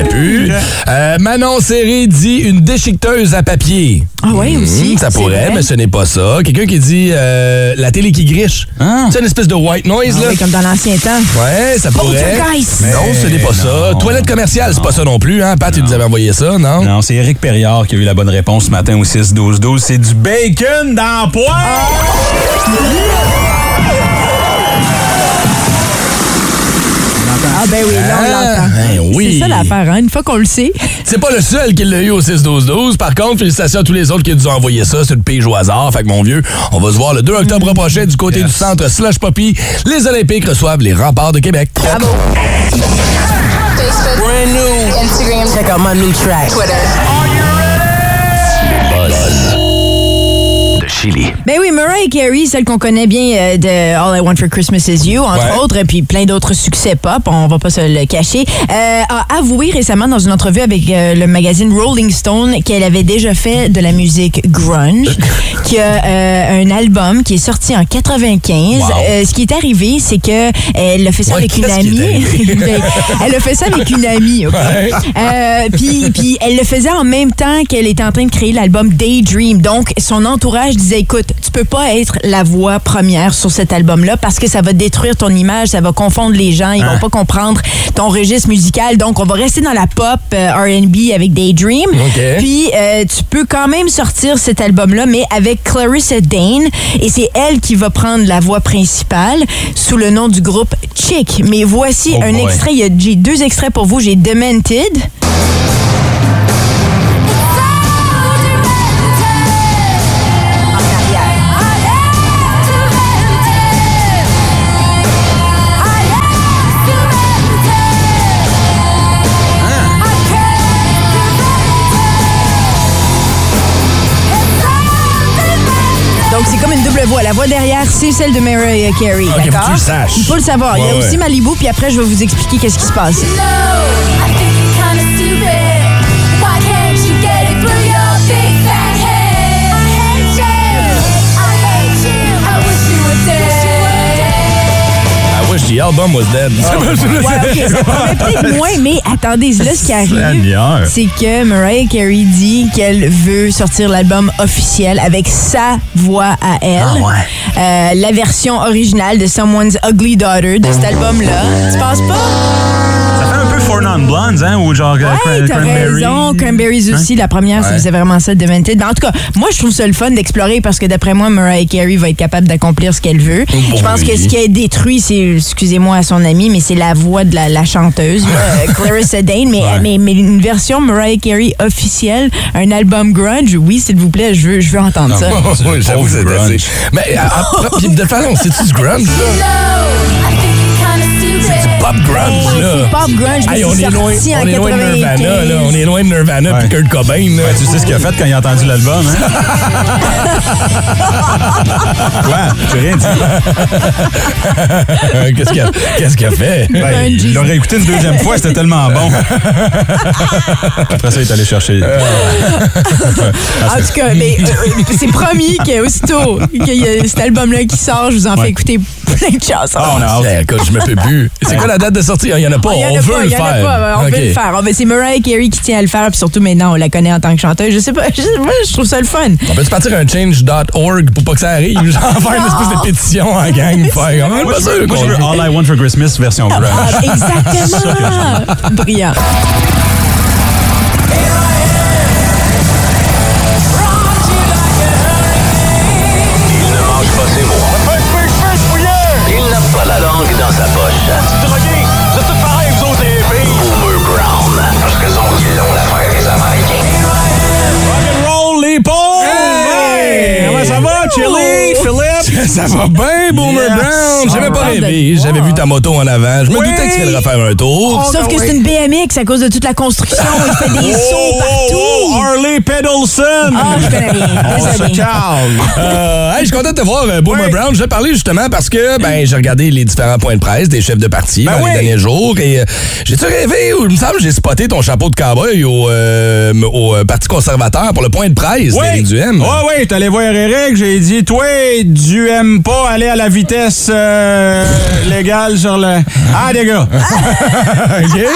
Speaker 3: pu. Euh, Manon Serré dit une déchiqueteuse à papier.
Speaker 6: Ah ouais, aussi.
Speaker 3: Hmm, ça
Speaker 6: c'est
Speaker 3: pourrait,
Speaker 6: vrai.
Speaker 3: mais ce n'est pas ça. Quelqu'un qui dit euh, la télé qui griche. C'est une espèce de white noise,
Speaker 6: Ah
Speaker 3: là.
Speaker 6: ouais, comme dans l'ancien temps.
Speaker 3: Ouais, ça pourrait.
Speaker 6: Poltergeist.
Speaker 3: Non, ce n'est pas ça. Toilette commerciale, c'est pas ça non plus. Hein? Pat, tu nous avais envoyé ça, non?
Speaker 4: Non, c'est Éric Perriard qui a eu la bonne réponse ce matin au 6-12-12. C'est du bacon dans le poêle!
Speaker 6: Ah ben oui, là, on
Speaker 3: Ah,
Speaker 6: l'entend.
Speaker 3: ben oui.
Speaker 6: C'est ça l'affaire, hein? Une fois qu'on le sait.
Speaker 3: C'est pas le seul qui l'a eu au 6-12-12. Par contre, félicitations à tous les autres qui nous ont envoyé ça. C'est le pige au hasard. Fait que mon vieux, on va se voir le 2 octobre prochain du côté du centre Slush Poppy. Les Olympiques reçoivent les remparts de Québec.
Speaker 2: Brand new. Instagram. Check out my new track. Twitter.
Speaker 3: De Chili.
Speaker 6: Ben oui, Mariah Carey, celle qu'on connaît bien euh, de All I Want for Christmas Is You, entre
Speaker 3: Ouais.
Speaker 6: autres, puis plein d'autres succès pop, on va pas se le cacher, euh, a avoué récemment dans une entrevue avec euh, le magazine Rolling Stone qu'elle avait déjà fait de la musique grunge, qu'il y a euh, un album qui est sorti en 95.
Speaker 3: Wow.
Speaker 6: Euh, ce qui est arrivé, c'est que elle a fait ça
Speaker 3: Ouais,
Speaker 6: avec une
Speaker 3: qu'est-ce qui est
Speaker 6: amie.
Speaker 3: arrivé?
Speaker 6: Ben, elle a fait ça avec une amie, OK?
Speaker 3: Ouais.
Speaker 6: Euh, puis, puis elle le faisait en même temps qu'elle était en train de créer l'album Daydream. Donc, son entourage disait, écoute, tu peux pas être la voix première sur cet album-là parce que ça va détruire ton image, ça va confondre les gens, ils vont pas comprendre ton registre musical. Donc, on va rester dans la pop euh, R&B avec Daydream.
Speaker 3: OK.
Speaker 6: Puis, euh, tu peux quand même sortir cet album-là, mais avec Clarissa Dane. Et c'est elle qui va prendre la voix principale sous le nom du groupe Chick. Mais voici
Speaker 4: Oh
Speaker 6: un
Speaker 4: boy.
Speaker 6: extrait. Il y a- J'ai deux extraits pour vous. J'ai Demented. Donc, c'est comme une double voix. La voix derrière, c'est celle de Mariah Carey.
Speaker 3: faut que
Speaker 6: D'accord?
Speaker 3: tu le saches.
Speaker 6: Il faut le savoir. Il y a
Speaker 3: Ouais, ouais.
Speaker 6: aussi Malibu, puis après, je vais vous expliquer qu'est-ce qui se passe.
Speaker 3: I wish Ah, the album was dead.
Speaker 6: Ouais, ok, ça paraît peut-être moins, mais attendez, là, ce qui arrive,
Speaker 4: Seigneur.
Speaker 6: c'est que Mariah Carey dit qu'elle veut sortir l'album officiel avec sa voix à elle.
Speaker 4: Ah,
Speaker 3: Ah.
Speaker 6: Euh, la version originale de Someone's Ugly Daughter de cet album-là. Tu penses pas?
Speaker 4: Ça fait un peu Four Non Blondes, hein? Ou genre euh,
Speaker 6: Ouais,
Speaker 4: Cran-
Speaker 6: t'as raison. Cranberries aussi, la première, ça faisait vraiment ça de Demented. Mais en tout cas, moi, je trouve ça le fun d'explorer parce que d'après moi, Mariah Carey va être capable d'accomplir ce qu'elle veut.
Speaker 3: Oh,
Speaker 6: je pense que ce qui est détruit, c'est, excusez-moi à son ami, mais c'est la voix de la, la chanteuse, là, euh, Clarissa Dane. Mais, mais, mais une version Mariah Carey officielle, un album grunge, oui, s'il vous plaît, je veux, je veux entendre ça.
Speaker 3: oui, j'avoue, c'est
Speaker 4: Pauvre
Speaker 3: assez. Mais à- à- puis de façon, c'est-tu du grunge, là? Pop grunge, là.
Speaker 6: Pop grunge, mais
Speaker 3: Hey, on,
Speaker 6: c'est
Speaker 3: est loin,
Speaker 6: sorti en
Speaker 3: on est loin de Nirvana,
Speaker 6: 95.
Speaker 3: là. On est loin de Nirvana puis Kurt Cobain, là.
Speaker 4: Ouais, tu sais ce qu'il a fait quand il a entendu l'album, hein? Quoi? J'ai rien dit. Euh,
Speaker 3: Qu'est-ce qu'il a, qu'est-ce qu'il a fait?
Speaker 4: Ben, il l'aurait écouté une deuxième fois, c'était tellement bon. Euh, Après ça, il est allé chercher.
Speaker 6: Ah,
Speaker 3: Ah,
Speaker 6: En tout cas, mais, euh, c'est promis qu'aussitôt qu'il y a cet album-là qui sort, je vous en fais
Speaker 4: Ouais.
Speaker 6: écouter plein de chansons.
Speaker 4: Ah, on a hâte.
Speaker 3: Ben, écoute, je me fais plus. C'est quoi la date de sortie? Ah, Il n'y en a pas.
Speaker 6: Il y en a
Speaker 3: on
Speaker 6: pas,
Speaker 3: veut le
Speaker 6: il y en
Speaker 3: faire.
Speaker 6: a pas, on
Speaker 3: OK.
Speaker 6: veut le faire. On veut- C'est Mariah Carey qui tient à le faire, puis surtout maintenant, on la connaît en tant que chanteuse. Je sais pas, je, moi, je trouve ça le fun.
Speaker 3: On peut-tu partir un change.org pour pas que ça arrive? Genre faire une espèce de pétition en gang. Faire, comment
Speaker 4: Moi,
Speaker 3: pas
Speaker 4: je
Speaker 3: sûr
Speaker 4: veux, moi, je veux
Speaker 3: qu'on-
Speaker 4: All I Want for Christmas version grunge.
Speaker 6: Ah, exactement! Brillant. Ah,
Speaker 3: Ça va bien, Boomer
Speaker 12: Yes.
Speaker 3: Brown? J'avais pas
Speaker 12: Alright.
Speaker 3: rêvé. J'avais vu ta moto en avant. Je me
Speaker 6: Oui.
Speaker 3: doutais que tu allais refaire un tour.
Speaker 6: Sauf que c'est une BMX à cause de toute la construction. Il fait des
Speaker 3: Oh,
Speaker 6: sauts partout.
Speaker 4: Harley Pedalson!
Speaker 6: Ah, je
Speaker 3: oh,
Speaker 6: connais rien. Désolé.
Speaker 3: Euh, hey, je suis content de te voir, euh, Boomer Brown. Je vais parler justement parce que ben, j'ai regardé les différents points de presse des chefs de parti
Speaker 6: Ben
Speaker 3: dans les derniers jours et euh, j'ai-tu rêvé ou il me semble que j'ai spoté ton chapeau de cowboy au, euh, au euh, Parti conservateur pour le point de presse d'Éric Duhem.
Speaker 4: Ouais, ouais, t'es allé voir Eric, j'ai dit, toi, tu aimes pas aller à la vitesse euh, légale sur le. Ah, les gars!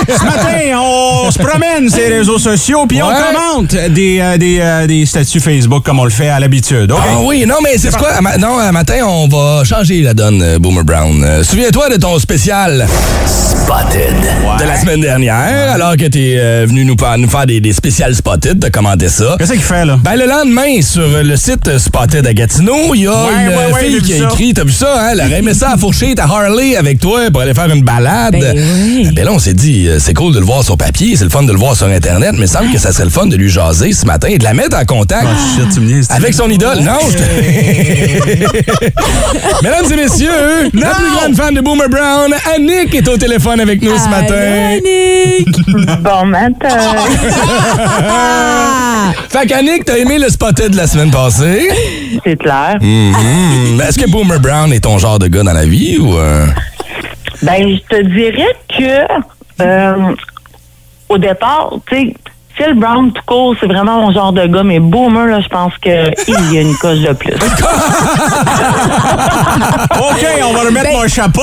Speaker 4: Ce matin, on se promène sur les réseaux sociaux, puis
Speaker 3: Ouais.
Speaker 4: on commente des, euh, des, euh, des statuts Facebook comme on le fait à l'habitude. OK?
Speaker 3: Ah oui, non, mais c'est quoi? à ma- Non, à matin, on va changer la donne, euh, Boomer Brown. Euh, Souviens-toi de ton spécial Spotted de la semaine dernière, alors que t'es euh, venu nous, pa- nous faire des, des spéciales Spotted, de commenter ça.
Speaker 4: Qu'est-ce qu'il fait, là?
Speaker 3: Ben, le lendemain, sur euh, le site Spotted à Gatineau, il y a
Speaker 4: Ouais,
Speaker 3: une euh,
Speaker 4: ouais, ouais, j'ai
Speaker 3: fille
Speaker 4: vu
Speaker 3: qui a
Speaker 4: ça.
Speaker 3: écrit, t'as vu ça, hein? Elle aurait aimé ça à fourcher ta Harley avec toi pour aller faire une balade.
Speaker 6: Ben oui.
Speaker 3: Ben là, on s'est dit, euh, c'est cool de le voir sur papier, c'est le fun de le voir sur Internet, mais il semble que ça serait le fun de lui jaser ce matin et de la mettre en contact.
Speaker 4: Ah, Shit, tu me niaises,
Speaker 3: Avec son idole, non? je te- Mesdames et messieurs, la plus grande fan de Boomer Brown, Annick, est au téléphone avec nous ce matin.
Speaker 11: Bon euh, matin.
Speaker 6: Ah.
Speaker 3: Fait qu'Annick, t'as aimé le spotted de la semaine passée?
Speaker 11: C'est clair.
Speaker 3: Mhm. Est-ce que Boomer Brown est ton genre de gars dans la vie ou... euh?
Speaker 11: Ben, je te dirais que euh, au départ, tu sais, Phil Brown tout court, c'est vraiment mon genre de gars, mais Boomer, là, je pense qu'il y a une coche de plus.
Speaker 4: OK, on va remettre
Speaker 6: Ben-
Speaker 4: mon chapeau!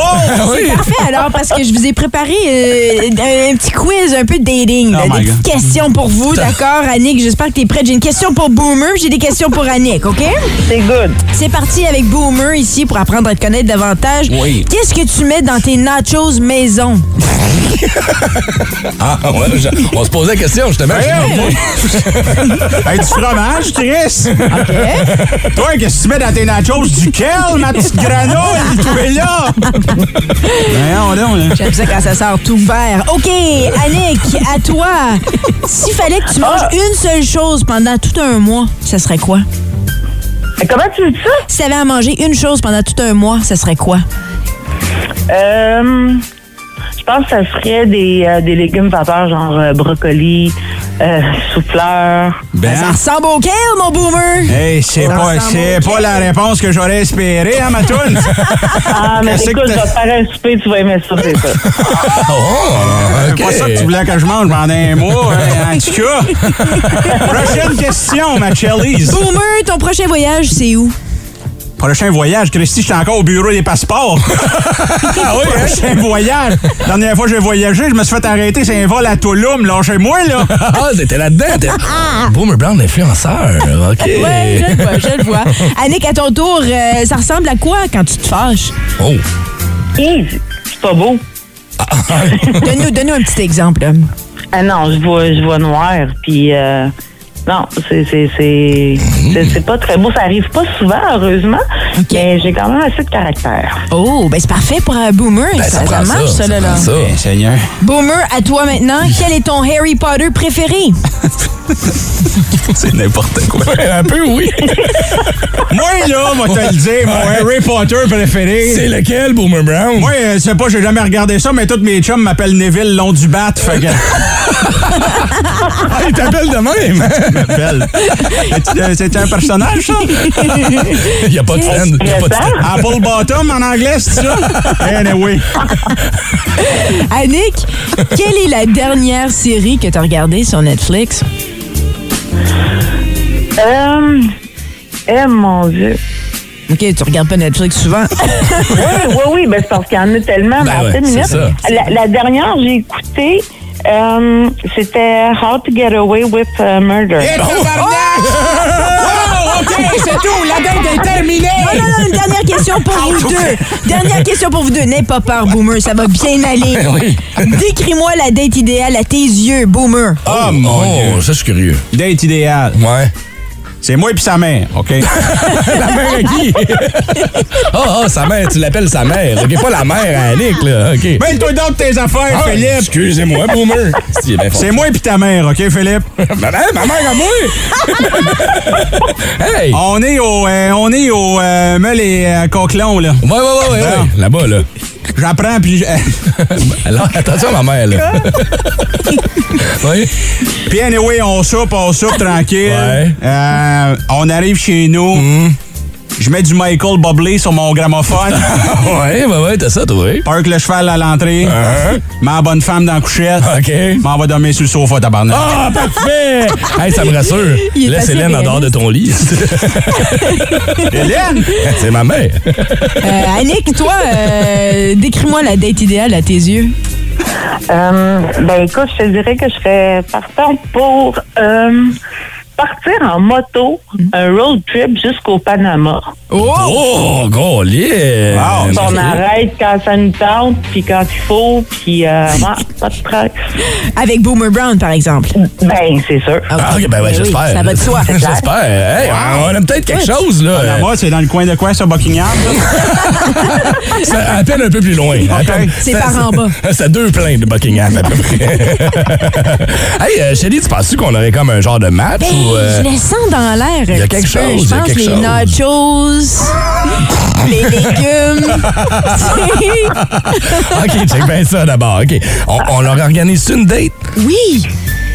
Speaker 3: oui.
Speaker 6: Parfait alors, parce que je vous ai préparé euh, un, un petit quiz, un peu de dating.
Speaker 4: Oh
Speaker 6: des
Speaker 4: my
Speaker 6: petites questions pour vous, d'accord, Annick? J'espère que t'es prête. J'ai une question pour Boomer, j'ai des questions pour Annick, OK?
Speaker 11: C'est good.
Speaker 6: C'est parti avec Boomer ici pour apprendre à te connaître davantage.
Speaker 3: Oui.
Speaker 6: Qu'est-ce que tu mets dans tes nachos maison?
Speaker 3: Ah, ouais, je- on se posait la question, justement.
Speaker 4: Hey, du fromage, Chris! OK. Toi, qu'est-ce que tu mets dans tes nachos? Du quel, ma petite granole? Tu es là! Ben, on là.
Speaker 6: J'aime ça quand ça sort tout vert. OK, Annick, à toi. S'il fallait que tu manges
Speaker 11: Ah.
Speaker 6: une seule chose pendant tout un mois, ça serait quoi?
Speaker 11: Comment tu dis ça?
Speaker 6: Si t'avais à manger une chose pendant tout un mois, ça serait quoi?
Speaker 11: Euh, je pense que ça serait des, euh, des légumes vapeur, genre euh, brocoli, euh, souffleur.
Speaker 6: Ça
Speaker 4: Ben,
Speaker 6: ressemble au kale, mon boomer!
Speaker 4: hey, c'est
Speaker 6: Ça
Speaker 4: pas,
Speaker 6: ressemble
Speaker 4: c'est
Speaker 6: au
Speaker 4: pas la réponse que j'aurais espérée, hein, ma toune?
Speaker 11: Ah, mais
Speaker 4: Qu'est-ce
Speaker 11: écoute,
Speaker 4: que
Speaker 11: je vais
Speaker 4: t'as-
Speaker 11: te faire un souper, tu vas aimer ça, c'est ça.
Speaker 3: Ah, Oh,
Speaker 4: C'est pas ça que tu voulais que je mange pendant un mois, hein, en tout cas. Prochaine question, ma Chellise.
Speaker 6: Boomer, ton prochain voyage, c'est où?
Speaker 4: Prochain voyage, Christy, je suis encore au bureau des passeports. ah oui, Prochain voyage. Dernière fois que j'ai voyagé, je me suis fait arrêter, c'est un vol à Touloum, lâchez-moi, là.
Speaker 3: Ah, t'étais là-dedans. t'es- Boomer Brown, influenceur. OK.
Speaker 6: Ouais, je le vois, je le vois. Annick, à ton tour, euh, ça ressemble à quoi quand tu te fâches?
Speaker 3: Oh.
Speaker 11: Yves, c'est pas beau.
Speaker 6: Donne-nous donne un petit exemple. là.
Speaker 11: Ah non, je vois, je vois noir, puis euh, non, c'est c'est c'est
Speaker 3: Mm-hmm.
Speaker 11: c'est- c'est pas très beau. Ça arrive pas souvent, heureusement, mais j'ai quand même assez de caractère.
Speaker 6: Oh, ben c'est parfait pour un boomer.
Speaker 3: Ben, ça, prend
Speaker 6: marche, ça,
Speaker 3: ça,
Speaker 6: là.
Speaker 3: prend
Speaker 6: là.
Speaker 3: ça.
Speaker 4: Eh, Seigneur.
Speaker 6: Boomer, à toi maintenant, quel est ton Harry Potter préféré?
Speaker 3: C'est n'importe quoi. Un peu, oui.
Speaker 4: Moi, là, moi, te le dire, mon Harry Potter préféré.
Speaker 3: C'est lequel, Boomer Brown?
Speaker 4: Moi, euh, je sais pas, j'ai jamais regardé ça, mais tous mes chums m'appellent Neville long du bat. Fait que.
Speaker 3: Ah, il t'appelle de même. hein?
Speaker 4: M'appelle. C'est- euh, C'est un personnage, ça?
Speaker 3: Il n'y a pas de fan. Il y a pas de fan.
Speaker 11: Intéressant.
Speaker 4: Apple Bottom en anglais, c'est ça? Anyway.
Speaker 6: Annick, quelle est la dernière série que tu as regardée sur Netflix?
Speaker 11: Euh, eh mon Dieu.
Speaker 6: OK, tu regardes pas Netflix souvent.
Speaker 11: Oui, oui, oui, ben c'est parce qu'il y en a tellement. mais
Speaker 3: Ben ouais,
Speaker 11: attends une minute.
Speaker 3: c'est ça.
Speaker 11: La, la dernière, j'ai écouté, euh, c'était How to Get Away with euh, Murder.
Speaker 4: OK, c'est tout. La date est terminée.
Speaker 6: Non, non, non, une dernière question pour vous deux. Dernière question pour vous deux. N'aie pas peur, Boomer, ça va bien aller. Décris-moi la date idéale à tes yeux, Boomer.
Speaker 3: Ah, Oh, mon Dieu. Ça, je suis curieux.
Speaker 4: Date idéale.
Speaker 3: Ouais.
Speaker 4: C'est moi puis sa mère, OK?
Speaker 3: la mère à qui? Ben, Ah, ah, sa mère, tu l'appelles sa mère. OK, pas la mère à Annick, là. OK.
Speaker 4: Ben, toi donc tes affaires,
Speaker 3: Ah,
Speaker 4: Philippe.
Speaker 3: Excusez-moi, boomer. Si, ben, faut-
Speaker 4: C'est moi puis ta mère, OK, Philippe?
Speaker 3: Ma mère, ma mère à moi! hey!
Speaker 4: On est au, euh, on est au euh, Meul et euh, Coquelon, là.
Speaker 3: Ouais, ouais, ouais, ouais, ouais. Là-bas, là.
Speaker 4: J'apprends, puis... je-
Speaker 3: Alors, attention à ma mère, là. oui?
Speaker 4: Puis anyway, on soupe, on soupe tranquille.
Speaker 3: Ouais.
Speaker 4: Euh, on arrive chez nous. Je mets du Michael Bublé sur mon gramophone.
Speaker 3: Ah, Ouais, ouais, ouais, t'as ça, toi. hein?
Speaker 4: Parque le cheval à l'entrée.
Speaker 3: Hein?
Speaker 4: Mets la bonne femme dans la couchette.
Speaker 3: OK.
Speaker 4: M'en va dormir sur le sofa, tabarnak.
Speaker 3: Ah, parfait! hey, ça me rassure.
Speaker 6: Il est
Speaker 3: Laisse
Speaker 6: assez
Speaker 3: Hélène en dehors de ton lit.
Speaker 4: Hélène!
Speaker 3: C'est ma mère.
Speaker 6: Euh, Annick, toi, euh, décris-moi la date idéale à tes yeux.
Speaker 11: Euh, ben écoute, je te dirais que je serais partant pour euh, partir en moto, un road trip jusqu'au Panama.
Speaker 3: Oh, Ah, gros lit!
Speaker 4: Wow,
Speaker 11: On arrête quand ça nous tente, puis quand il faut, puis euh, ouais, pas de presse.
Speaker 6: Avec Boomer Brown, par exemple.
Speaker 11: Ben c'est sûr.
Speaker 3: Ah, ok, ben, ouais,
Speaker 6: oui,
Speaker 3: j'espère.
Speaker 6: ça va de soi.
Speaker 3: J'espère. Hey, on a peut-être quelque chose, là.
Speaker 4: Ah, ben, Moi, c'est dans le coin de quoi, ça, Buckingham?
Speaker 3: C'est à peine un peu plus loin. À peine-
Speaker 6: C'est
Speaker 3: ça-
Speaker 6: par en bas.
Speaker 3: C'est à deux plaintes de Buckingham, à peu près. hey, euh, Shelly, tu penses-tu qu'on aurait comme un genre de match
Speaker 6: Ben,
Speaker 3: ou. euh,
Speaker 6: je le sens dans l'air.
Speaker 3: y a
Speaker 6: un
Speaker 3: quelque
Speaker 6: petit peu.
Speaker 3: chose, y
Speaker 6: Je
Speaker 3: a
Speaker 6: pense
Speaker 3: quelque
Speaker 6: les
Speaker 3: chose.
Speaker 6: nachos, les légumes.
Speaker 3: OK, check bien ça d'abord. OK. On, on leur organise une date?
Speaker 6: oui.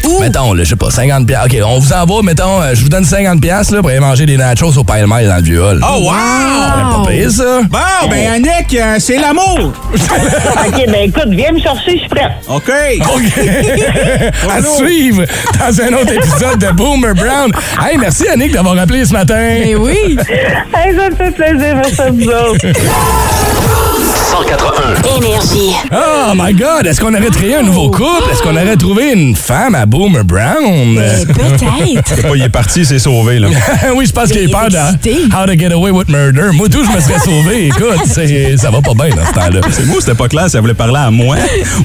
Speaker 6: Ou
Speaker 3: Mettons, là, je sais pas, 50 piastres. OK, on vous envoie, mettons, euh, je vous donne 50 piastres là, pour aller manger des nachos au Pile Mile dans le vieux hall.
Speaker 4: Oh, wow!
Speaker 3: Pas pire, ça?
Speaker 4: Bon, ben, Annick, euh, c'est l'amour!
Speaker 11: ok, ben écoute, viens me chercher, je suis prête.
Speaker 4: OK!
Speaker 3: OK. à suivre dans un autre épisode de Boomer Brown. Hey, merci Annick d'avoir appelé ce matin.
Speaker 6: ben oui.
Speaker 11: Hey, ça me fait plaisir, merci à vous autres.
Speaker 2: 181.
Speaker 13: Énergie.
Speaker 3: Oh my God! Est-ce qu'on aurait créé un nouveau couple? Est-ce qu'on aurait trouvé une femme à Boomer Brown?
Speaker 6: Eh, Peut-être.
Speaker 4: il est parti, c'est sauvé, là.
Speaker 3: oui, je pense qu'il est
Speaker 6: il
Speaker 3: peur
Speaker 6: est excité.
Speaker 3: de How to Get Away with Murder. Moi, tout, je me serais sauvé. Écoute, c'est- ça va pas bien dans ce temps-là.
Speaker 4: C'est moi, c'était pas clair si elle voulait parler à moi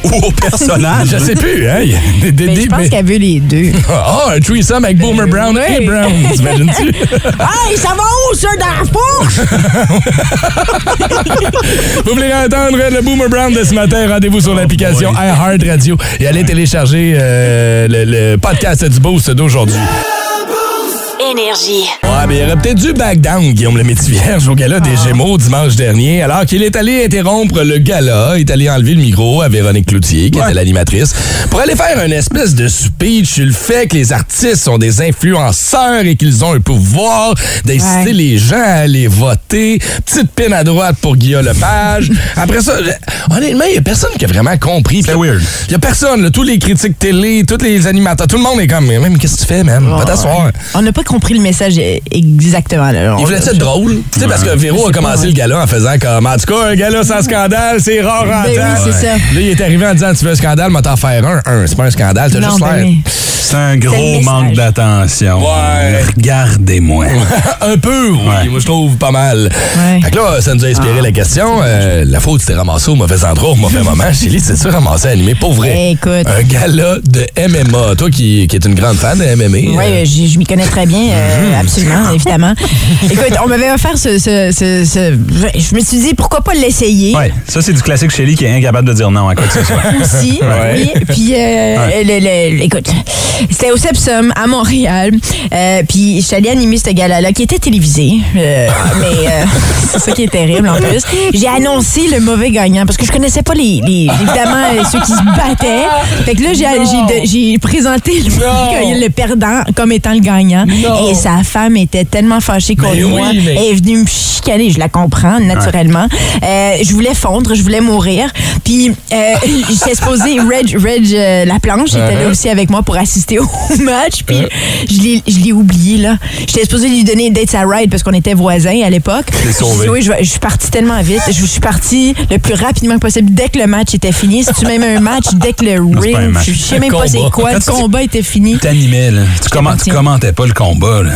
Speaker 4: ou au personnage.
Speaker 3: Je sais plus, hein? Il y a des- des-
Speaker 6: Ben, je
Speaker 3: des-
Speaker 6: pense Ben,
Speaker 3: mais-
Speaker 6: qu'elle veut les deux.
Speaker 3: Ah, un threesome avec Boomer Brown et
Speaker 6: oui.
Speaker 3: Brown, t'imagines-tu?
Speaker 6: hey, ça va où, ça, dans la fourche?
Speaker 3: Vous voulez entendre le Boomer Brown de ce matin? Rendez-vous
Speaker 4: Oh,
Speaker 3: sur l'application iHeart Radio et allez télécharger euh, le, le podcast du Boost d'aujourd'hui.
Speaker 13: Énergie.
Speaker 3: Ouais, mais il aurait peut-être dû back down, Guillaume le métier vierge, au gala
Speaker 4: Ah.
Speaker 3: des Gémeaux dimanche dernier, alors qu'il est allé interrompre le gala, est allé enlever le micro à Véronique Cloutier, qui était l'animatrice, pour aller faire une espèce de speech sur le fait que les artistes sont des influenceurs et qu'ils ont un pouvoir d'inciter
Speaker 6: Ouais.
Speaker 3: les gens à aller voter. Petite pine à droite pour Guillaume Lepage. Après ça, je- honnêtement, il n'y a personne qui a vraiment compris.
Speaker 4: C'est weird.
Speaker 3: Il y a personne, là, tous les critiques télé, tous les animateurs, tout le monde est comme, même qu'est-ce que tu fais, man?
Speaker 4: Ah,
Speaker 3: Va t'asseoir.
Speaker 6: On n'a pas compris le message eh, exactement. Là.
Speaker 3: Il
Speaker 6: On-
Speaker 3: voulait ça drôle. Tu sais, parce que Véro a commencé le gala en faisant comme, en tout cas, un gala sans scandale, c'est rare en
Speaker 6: Ben
Speaker 3: temps.
Speaker 6: oui, c'est ça.
Speaker 3: Là, il est arrivé en disant, tu veux un scandale, mais t'en faire un. Un, c'est pas un scandale, t'as
Speaker 6: Non,
Speaker 3: juste l'air.
Speaker 6: ben,
Speaker 4: C'est un
Speaker 6: C'est
Speaker 4: gros
Speaker 6: le
Speaker 4: manque
Speaker 6: message.
Speaker 4: d'attention.
Speaker 3: Ouais.
Speaker 4: Regardez-moi.
Speaker 3: un peu, oui. Moi, je trouve pas mal.
Speaker 6: Ouais. Ah.
Speaker 3: Fait que là, ça nous a inspiré la question. Euh, la faute, c'était ramassée au mauvais endroit, au mauvais moment. Chélie, c'est sûr, ramassé animé, pour vrai.
Speaker 6: Eh, Écoute.
Speaker 3: Un gala de MMA. Toi qui, qui es une grande fan de MMA.
Speaker 6: Oui,
Speaker 3: euh,
Speaker 6: je, m'y connais très bien,
Speaker 3: Mhm.
Speaker 6: euh, absolument, évidemment. Écoute, on m'avait offert ce, ce- ce- ce- Je me suis dit, pourquoi pas l'essayer
Speaker 4: Ouais, ça, c'est du classique Shelly qui est incapable de dire non à quoi que ce soit.
Speaker 6: aussi.
Speaker 3: Ouais.
Speaker 6: Oui. Puis, euh, le- le- écoute, c'était au Sepsum, à Montréal. Euh, puis, je suis allée animer ce gala-là, qui était télévisé. euh, mais euh, c'est ça qui est terrible, en plus. J'ai annoncé le mauvais gagnant, parce que je connaissais pas les, les- évidemment, euh, ceux qui se battaient. Fait que là, j'ai- j'ai de- j'ai présenté le, mauvais gagnant, le perdant comme étant le gagnant. Et sa femme était tellement fâchée contre
Speaker 3: Mais Ben oui,
Speaker 6: moi.
Speaker 3: mais-
Speaker 6: Elle est venue me chicaner, je la comprends naturellement. Euh, je voulais fondre, je voulais mourir. Puis euh, j'étais supposée, Reg, Reg euh, la planche était
Speaker 3: Uh-huh.
Speaker 6: là aussi avec moi pour assister au match. Puis je l'ai- je l'ai oublié là. J'étais supposée lui donner une date à ride parce qu'on était voisins à l'époque. Je
Speaker 3: sauvé.
Speaker 6: suis- oui, je, vais- je suis partie tellement vite. Je, je suis partie le plus rapidement possible dès que le match était fini. Si tu même un match, dès que le
Speaker 4: c'est pas un
Speaker 6: ring,
Speaker 4: match.
Speaker 6: je sais même
Speaker 3: Un
Speaker 6: pas c'est
Speaker 3: combat.
Speaker 6: quoi, le
Speaker 4: Quand tu-
Speaker 6: combat était fini.
Speaker 4: T'animais, là. Tu, comment- tu
Speaker 6: partie.
Speaker 4: commentais pas le combat, là.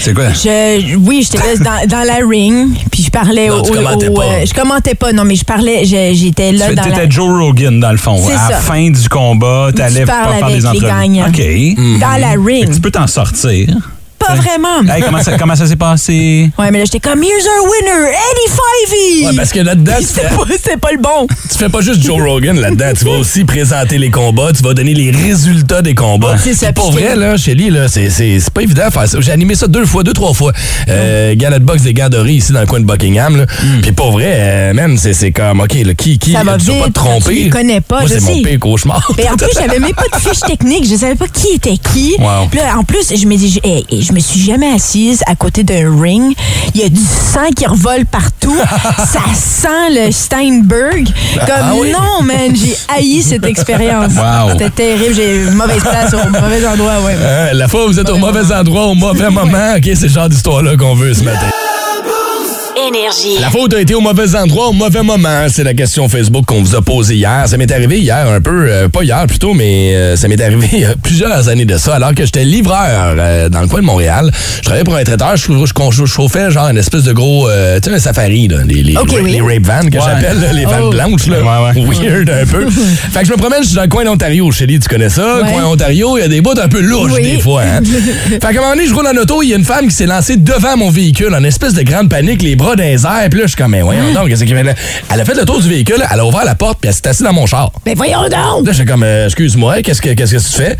Speaker 4: C'est quoi?
Speaker 6: Je, oui, j'étais là dans, dans la ring, puis je parlais
Speaker 3: Non,
Speaker 6: au.
Speaker 3: tu commentais
Speaker 6: au-
Speaker 3: pas.
Speaker 6: euh, je commentais pas, non, mais je parlais, je- j'étais là
Speaker 4: Tu
Speaker 6: dans la.
Speaker 4: étais Joe Rogan, dans le fond.
Speaker 6: C'est
Speaker 4: À la
Speaker 6: ça.
Speaker 4: fin du combat, t'allais
Speaker 6: parles
Speaker 4: pas faire
Speaker 6: avec
Speaker 4: des
Speaker 6: les
Speaker 4: entrevues.
Speaker 3: Mm.
Speaker 6: gagnants.
Speaker 4: OK.
Speaker 3: Mm-hmm.
Speaker 6: Dans la
Speaker 4: Fait que
Speaker 6: ring.
Speaker 4: Tu peux t'en sortir.
Speaker 6: Pas pas vraiment.
Speaker 4: Hey, comment ça, comment ça s'est passé?
Speaker 6: Ouais, mais là, j'étais comme Here's our winner, Eddie Fivey!
Speaker 3: Ouais, ben, parce que là-dedans, tu
Speaker 6: c'est
Speaker 3: fais-
Speaker 6: pas, c'est pas le bon.
Speaker 3: Tu fais pas juste Joe Rogan là-dedans, tu vas aussi présenter les combats, tu vas donner les résultats des combats.
Speaker 6: Ah, c'est ça,
Speaker 3: Puis Pour
Speaker 6: puis
Speaker 3: vrai, là, Shelly, là, c'est, c'est, c'est pas évident à faire ça. J'ai animé ça deux fois, deux, trois fois.
Speaker 6: Mm.
Speaker 3: Euh, Galette Box des Garderies, ici, dans le coin de Buckingham. Là. Puis pour vrai, euh, man, c'est, c'est comme, OK, là, qui, qui,
Speaker 6: Ça va
Speaker 3: tu vas
Speaker 6: vite,
Speaker 3: pas te
Speaker 6: quand tu
Speaker 3: tromper.
Speaker 6: les connais pas,
Speaker 3: Moi,
Speaker 6: je
Speaker 3: c'est mon
Speaker 6: sais. Ben,
Speaker 3: pire cauchemar.
Speaker 6: Mais en plus, j'avais même pas de fiche technique. Je savais pas qui était qui.
Speaker 3: Wow.
Speaker 6: Puis là, en plus, je me dis, je, hey, hey, je me suis jamais assise à côté d'un ring. Il y a du sang qui revole partout. ça sent le Steinberg. Comme,
Speaker 3: Ah oui?
Speaker 6: non, man, j'ai haï cette expérience.
Speaker 3: Wow.
Speaker 6: C'était terrible. J'ai une mauvaise place au mauvais endroit, ouais.
Speaker 3: Hein, la fois où vous êtes au mauvais endroit, au mauvais moment, OK, c'est le genre d'histoire-là qu'on veut ce matin.
Speaker 14: Énergie.
Speaker 3: La faute a été au mauvais endroit, au mauvais moment. C'est la question Facebook qu'on vous a posée hier. Ça m'est arrivé hier un peu, euh, pas hier plutôt, mais euh, ça m'est arrivé il y a plusieurs années de ça, alors que j'étais livreur euh, dans le coin de Montréal. Je travaillais pour un traiteur, je, je- je chauffais genre une espèce de gros, euh, tu sais, un safari, là, les, les,
Speaker 6: Ok,
Speaker 3: ra-
Speaker 6: oui.
Speaker 3: les rape vans que
Speaker 4: Ouais.
Speaker 3: j'appelle, là, les vannes
Speaker 6: Oh.
Speaker 3: blanches. Là. Weird un peu. fait que je me promène, je suis dans le coin d'Ontario, Chélie, tu connais ça.
Speaker 6: Ouais.
Speaker 3: Coin Ontario, il y a des bouts un peu louches
Speaker 6: Oui.
Speaker 3: des fois. hein. fait qu'à un moment donné, je roule en auto, il y a une femme qui s'est lancée devant mon véhicule en espèce de grande panique, les bras dans les airs. Puis là, je suis comme, mais voyons donc, qu'est-ce qu'il fait là? Elle a fait le tour du véhicule, elle a ouvert la porte, puis elle s'est assise dans mon char.
Speaker 6: Mais voyons donc!
Speaker 3: Là, j'étais comme, euh, excuse-moi, qu'est-ce que, qu'est-ce que tu fais?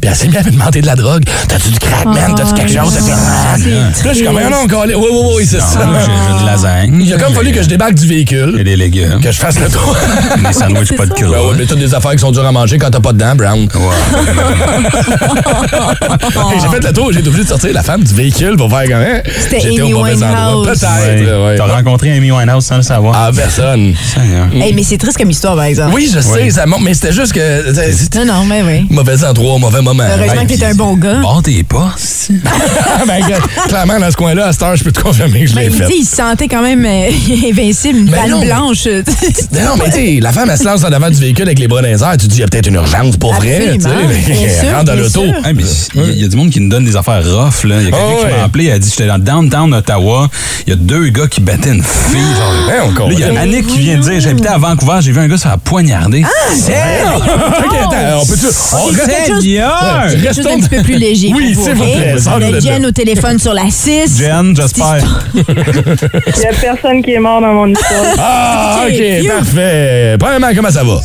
Speaker 3: Puis elle s'est mise à me demander de la drogue. T'as-tu du crack,
Speaker 6: Ah,
Speaker 3: man? T'as-tu quelque chose? T'as-tu- Puis là, je suis comme, Ah non, calé. Oui, oui, oui, c'est ça.
Speaker 4: J'ai j'ai de lasagne.
Speaker 3: Il a comme fallu que je débarque du
Speaker 4: Et
Speaker 3: véhicule,
Speaker 4: des légumes.
Speaker 3: que je fasse le tour.
Speaker 4: Des sandwichs pas de
Speaker 3: Ben ouais,
Speaker 4: culotte.
Speaker 3: mais toutes des affaires qui sont dures à manger quand t'as pas de dents, Brown. Hey, j'ai fait le tour, j'ai été obligé de sortir la femme du véhicule pour faire comment?
Speaker 6: C'était
Speaker 3: J'étais au
Speaker 6: Amy
Speaker 3: mauvais endroit.
Speaker 6: Winehouse.
Speaker 3: Peut-être, là, ouais.
Speaker 4: T'as rencontré Amy Winehouse sans le savoir.
Speaker 3: Ah, personne.
Speaker 4: Seigneur.
Speaker 6: Hey, Eh, mais c'est triste comme histoire, par exemple.
Speaker 3: Oui, je sais, ça monte, mais c'était juste que. c'est- c'est-
Speaker 6: Non, non, mais oui.
Speaker 3: Mauvais endroit, mauvais moment.
Speaker 6: Heureusement
Speaker 3: Ben, Ouais,
Speaker 6: que t'es un bon gars.
Speaker 4: Bon, t'es pas. si.
Speaker 3: ben, regarde, clairement, dans ce coin-là, à cette heure, je peux te confirmer que je
Speaker 6: Ben,
Speaker 3: l'ai
Speaker 6: il,
Speaker 3: fait.
Speaker 6: dit, il se sentait quand même euh, invincible, une
Speaker 3: Ben
Speaker 6: balle
Speaker 3: non, mais-
Speaker 6: blanche.
Speaker 3: Mais non, mais tu sais, la femme, elle se lance en avant du véhicule avec les bras dans les airs. Tu dis, il y a peut-être une urgence pour vrai. tu sais,
Speaker 6: Absolument,
Speaker 3: mais euh,
Speaker 6: bien sûr,
Speaker 3: rentre dans
Speaker 6: bien
Speaker 3: l'auto.
Speaker 6: sûr.
Speaker 4: Hey, mais Il y, a- il y a du monde qui nous donne des affaires rough. là. Il y a quelqu'un
Speaker 3: Euh, Ah ouais.
Speaker 4: qui m'a appelé, elle a dit J'étais dans downtown Ottawa, il y a deux gars qui battaient une fille. genre.
Speaker 3: Hein, on
Speaker 4: Là, il y a
Speaker 3: comprend.
Speaker 4: Annick qui vient de dire J'habitais à Vancouver, j'ai vu un gars se faire poignarder.
Speaker 3: Ok,
Speaker 6: Oh!
Speaker 3: attends, on peut-tu. On
Speaker 6: C'est
Speaker 3: reste-
Speaker 6: quelque chose-
Speaker 4: Seigneur!
Speaker 3: Ouais,
Speaker 6: Quelque chose d'un petit peu plus léger.
Speaker 3: Oui,
Speaker 6: pour
Speaker 3: s'il vous
Speaker 6: vrai.
Speaker 3: plaît, sors
Speaker 6: On a
Speaker 3: de
Speaker 6: Jen
Speaker 3: là.
Speaker 6: au téléphone sur la 6.
Speaker 4: Jen, j'espère.
Speaker 11: Il n'y a personne qui est mort dans mon histoire.
Speaker 3: Ah, ok, parfait. Premièrement, comment ça va?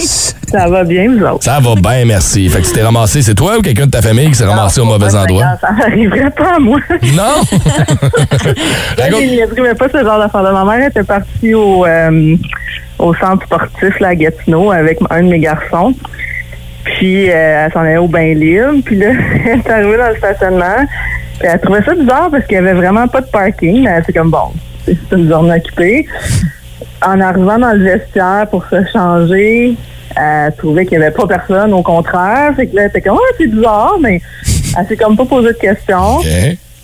Speaker 11: Ça va bien, vous autres.
Speaker 3: Ça va bien, merci. Fait que tu t'es ramassé, c'est toi ou quelqu'un de ta famille qui s'est ramassé au mauvais endroit?
Speaker 11: Ben, Ça n'arriverait pas à moi.
Speaker 3: Non! Raconte-
Speaker 11: Il n'arrivait pas ce genre d'affaire. Ma mère était partie au, euh, au centre sportif, la Gatineau, avec un de mes garçons. Puis euh, elle s'en allait au bain libre. Puis là, elle est arrivée dans le stationnement. Puis elle trouvait ça bizarre parce qu'il n'y avait vraiment pas de parking. Mais c'est comme bon, c'est une journée occupée. En arrivant dans le vestiaire pour se changer, elle trouvait qu'il n'y avait pas personne, au contraire. Fait que là, elle était comme Ah, c'est bizarre, mais elle s'est comme pas posé de questions.
Speaker 3: Ok.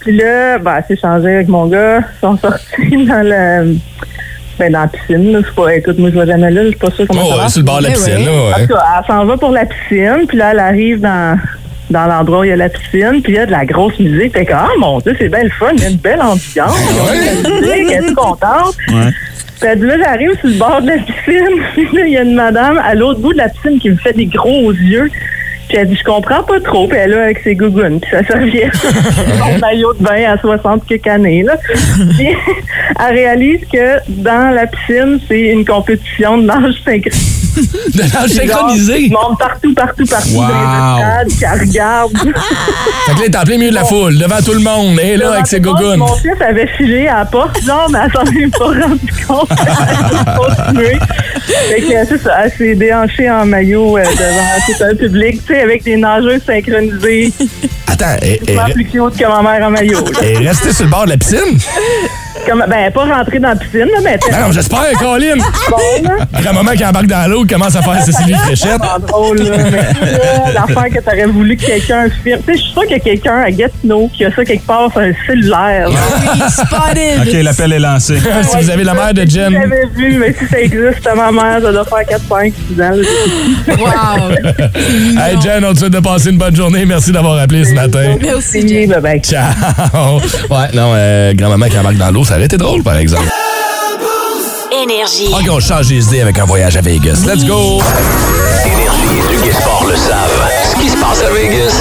Speaker 11: Puis là, ben, elle s'est changée avec mon gars. Ils sont sortis dans le. Ben, dans la piscine, là. Je sais pas, écoute, moi, je vais jamais là. Je suis pas sûre comment
Speaker 3: Oh,
Speaker 11: ça
Speaker 3: ouais,
Speaker 11: va.
Speaker 3: sur le bord de la
Speaker 6: Ouais,
Speaker 3: piscine,
Speaker 6: ouais.
Speaker 3: là,
Speaker 11: En
Speaker 3: ouais.
Speaker 11: tout cas, elle s'en va pour la piscine. Puis là, elle arrive dans, dans l'endroit où il y a la piscine. Puis il y a de la grosse musique. Fait que, ah, mon Dieu, c'est bien le fun. Il y a une belle ambiance. Il y a de la musique. Elle est contente.
Speaker 4: Ouais.
Speaker 11: Puis elle dit, là, j'arrive sur le bord de la piscine. Puis là, il y a une madame à l'autre bout de la piscine qui me fait des gros yeux. Puis elle dit, je comprends pas trop. Puis elle est là avec ses gougounes. Puis sa serviette. son maillot de bain à 60 quelques années. Là. Puis elle réalise que dans la piscine, c'est une compétition de nage synchronisé.
Speaker 3: De l'âge synchronisé.
Speaker 11: Genre, ils montent partout, partout, partout.
Speaker 4: Wow.
Speaker 11: Dans les stades, qui
Speaker 3: Ah,
Speaker 11: regardent.
Speaker 3: Fait que là, t'es en plein milieu de la foule, devant tout le monde, et là, avec ses gogoons.
Speaker 11: Mon fils avait filé à la porte, genre, mais elle s'en est pas rendu compte. Elle a continué. Fait que, euh, c'est ça, elle s'est déhanchée en maillot euh, devant tout un public, tu sais, avec des nageurs synchronisés.
Speaker 3: Attends, eh, et, et,
Speaker 11: Pas plus cute que ma mère en maillot. là.
Speaker 3: et rester eh, sur le bord de la piscine?
Speaker 11: Comme, ben, elle est pas rentrée dans la piscine, là, mais elle était
Speaker 3: Ben non, j'espère, Colin!
Speaker 11: bonne, là.
Speaker 3: Après un moment qui embarque dans l'eau, commence à faire Cécilie Fréchette.
Speaker 11: C'est pas drôle, là. Mais là, l'affaire que t'aurais voulu que quelqu'un filme. Tu sais, je suis sûre qu'il y a quelqu'un à Gatineau qui a ça quelque part sur un cellulaire. là.
Speaker 6: Spotted.
Speaker 4: OK, l'appel est lancé.
Speaker 3: si vous avez la mère de
Speaker 11: Je
Speaker 3: Jen.
Speaker 11: l'avais vu, mais si ça existe, à ma mère, ça doit faire 4, 5, 6 ans. là.
Speaker 6: Wow.
Speaker 3: Hey, Jen, on te souhaite de passer une bonne journée. Merci d'avoir appelé ce matin.
Speaker 6: Merci,
Speaker 11: Oui,
Speaker 6: Jen.
Speaker 11: ben, ben,
Speaker 3: Ciao! Ouais, non, euh, grand-maman qui embarque dans l'eau, ça aurait été drôle, par exemple.
Speaker 14: Énergie.
Speaker 3: Ok, on change les idées avec un voyage à Vegas. Let's go!
Speaker 2: Énergie et Luc Esport le savent. Ce qui se passe à Vegas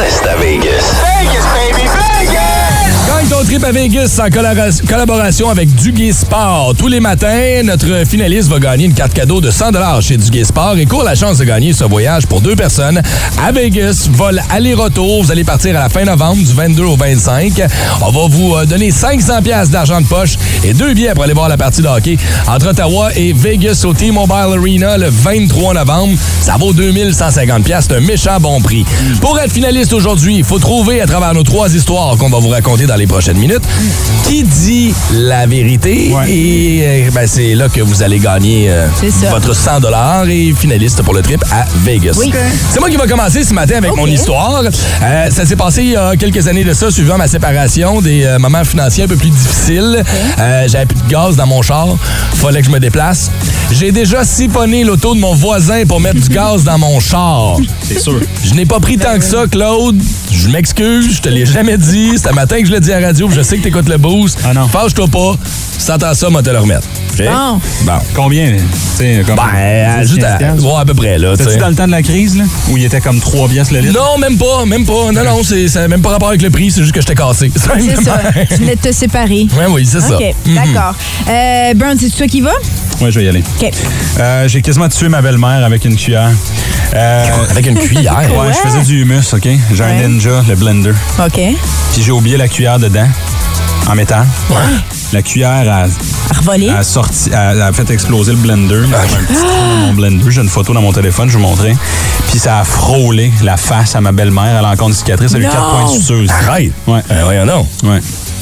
Speaker 2: reste à Vegas. Vegas, baby, Vegas!
Speaker 3: L'équipe à Vegas en collabora- collaboration avec Duguay Sport. Tous les matins, notre finaliste va gagner une carte cadeau de 100 chez Duguay Sport et court la chance de gagner ce voyage pour deux personnes à Vegas, vol aller-retour. Vous allez partir à la fin novembre du 22 au 25. On va vous euh, donner 500 pièces d'argent de poche et deux billets pour aller voir la partie de hockey entre Ottawa et Vegas au T-Mobile Arena le 23 novembre. Ça vaut 2150 pièces, c'est un méchant bon prix. Pour être finaliste aujourd'hui, il faut trouver à travers nos trois histoires qu'on va vous raconter dans les prochaines minutes qui dit la vérité et euh, ben, c'est là que vous allez gagner euh,
Speaker 6: C'est ça.
Speaker 3: votre 100 et finaliste pour le trip à Vegas.
Speaker 6: Oui.
Speaker 3: C'est moi qui va commencer ce matin avec mon histoire. Euh, ça s'est passé il y a quelques années de ça, suivant ma séparation, des euh, moments financiers un peu plus difficiles. Euh, J'avais plus de gaz dans mon char. Fallait que je me déplace. J'ai déjà siphonné l'auto de mon voisin pour mettre du gaz dans mon char. C'est sûr. Je n'ai pas pris tant que ça, Claude. Je m'excuse, je te l'ai jamais dit. C'est un matin que je l'ai dit à la radio, puis je sais que t'écoutes le boost. Ah non. Fâche-toi pas. Si t'entends ça, moi, te le remettre. OK?
Speaker 6: Bon.
Speaker 3: Bon.
Speaker 4: Combien?
Speaker 3: Ben, juste à,
Speaker 4: 15?
Speaker 3: ouais, à peu près, là. tu
Speaker 4: C'était-tu
Speaker 3: sais.
Speaker 4: dans le temps de la crise, là? Où il était comme 3 piastres le litre?
Speaker 3: Non, même pas, même pas. Non, non, c'est ça a même pas rapport avec le prix, c'est juste que j'étais cassé.
Speaker 6: C'est ça. Tu venais de te séparer.
Speaker 3: Ouais, oui, c'est ça. Mhm.
Speaker 6: OK, d'accord. Euh, Brown, c'est toi qui vas?
Speaker 4: Ouais, je vais y aller.
Speaker 6: OK.
Speaker 4: Euh, J'ai quasiment tué ma belle-mère avec une cuillère. Euh,
Speaker 3: Avec une cuillère.
Speaker 4: ouais, je faisais du humus, OK? J'ai
Speaker 6: Ouais.
Speaker 4: un ninja, le blender.
Speaker 6: OK.
Speaker 4: Puis j'ai oublié la cuillère dedans, en métal. La cuillère a,
Speaker 6: À Revoler.
Speaker 3: Ah.
Speaker 4: a sorti, a, a fait exploser le blender. Il y avait un petit trou dans mon blender. J'ai une photo dans mon téléphone, je vous montrerai. Puis ça a frôlé la face à ma belle-mère. Elle a encore une cicatrice. Elle a eu
Speaker 6: Non.
Speaker 4: quatre points de suceuse.
Speaker 3: Arrête.
Speaker 4: Ouais,
Speaker 3: Ben, voyons non.
Speaker 4: ouais,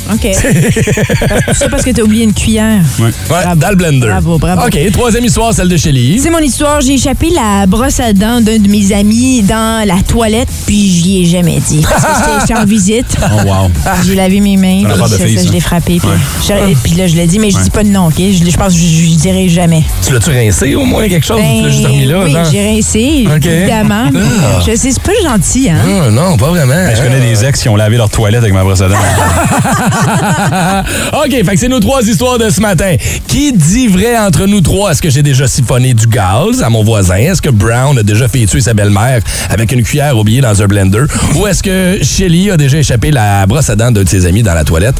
Speaker 6: OK. Parce- C'est parce que t'as oublié une cuillère.
Speaker 4: ouais.
Speaker 3: Ouais, dans le blender.
Speaker 6: Bravo, bravo.
Speaker 3: OK, troisième histoire, celle de Shelly.
Speaker 6: C'est mon histoire. J'ai échappé la brosse à dents d'un de mes amis dans la toilette, puis j'y ai jamais dit. Parce que j'étais- j'étais en visite.
Speaker 4: Oh, wow.
Speaker 6: J'ai lavé mes mains,
Speaker 4: Ça n'a pas
Speaker 6: puis
Speaker 4: de
Speaker 6: c'est
Speaker 4: fille,
Speaker 6: ça,
Speaker 4: ça.
Speaker 6: je l'ai frappé. Puis,
Speaker 4: Ouais.
Speaker 6: j'ai- puis là, je l'ai dit, mais je dis pas de nom, OK? Je, je pense que je, je dirai jamais. Ben,
Speaker 3: Tu l'as-tu rincé au moins quelque chose? ou tu l'as juste remis là?
Speaker 6: oui,
Speaker 3: genre?
Speaker 6: j'ai rincé,
Speaker 3: OK.
Speaker 6: évidemment. mais
Speaker 3: Ah.
Speaker 6: Je sais, c'est pas gentil, hein?
Speaker 3: Ah, non, pas vraiment.
Speaker 4: Ben, je connais des ex qui ont lavé leur toilette avec ma brosse à dents.
Speaker 3: Ah, OK, fait que c'est nos trois histoires de ce matin. Qui dit vrai entre nous trois? Est-ce que j'ai déjà siphonné du gaz à mon voisin? Est-ce que Brown a déjà fait tuer sa belle-mère avec une cuillère oubliée dans un blender? Ou est-ce que Shelly a déjà échappé la brosse à dents d'un de ses amis dans la toilette?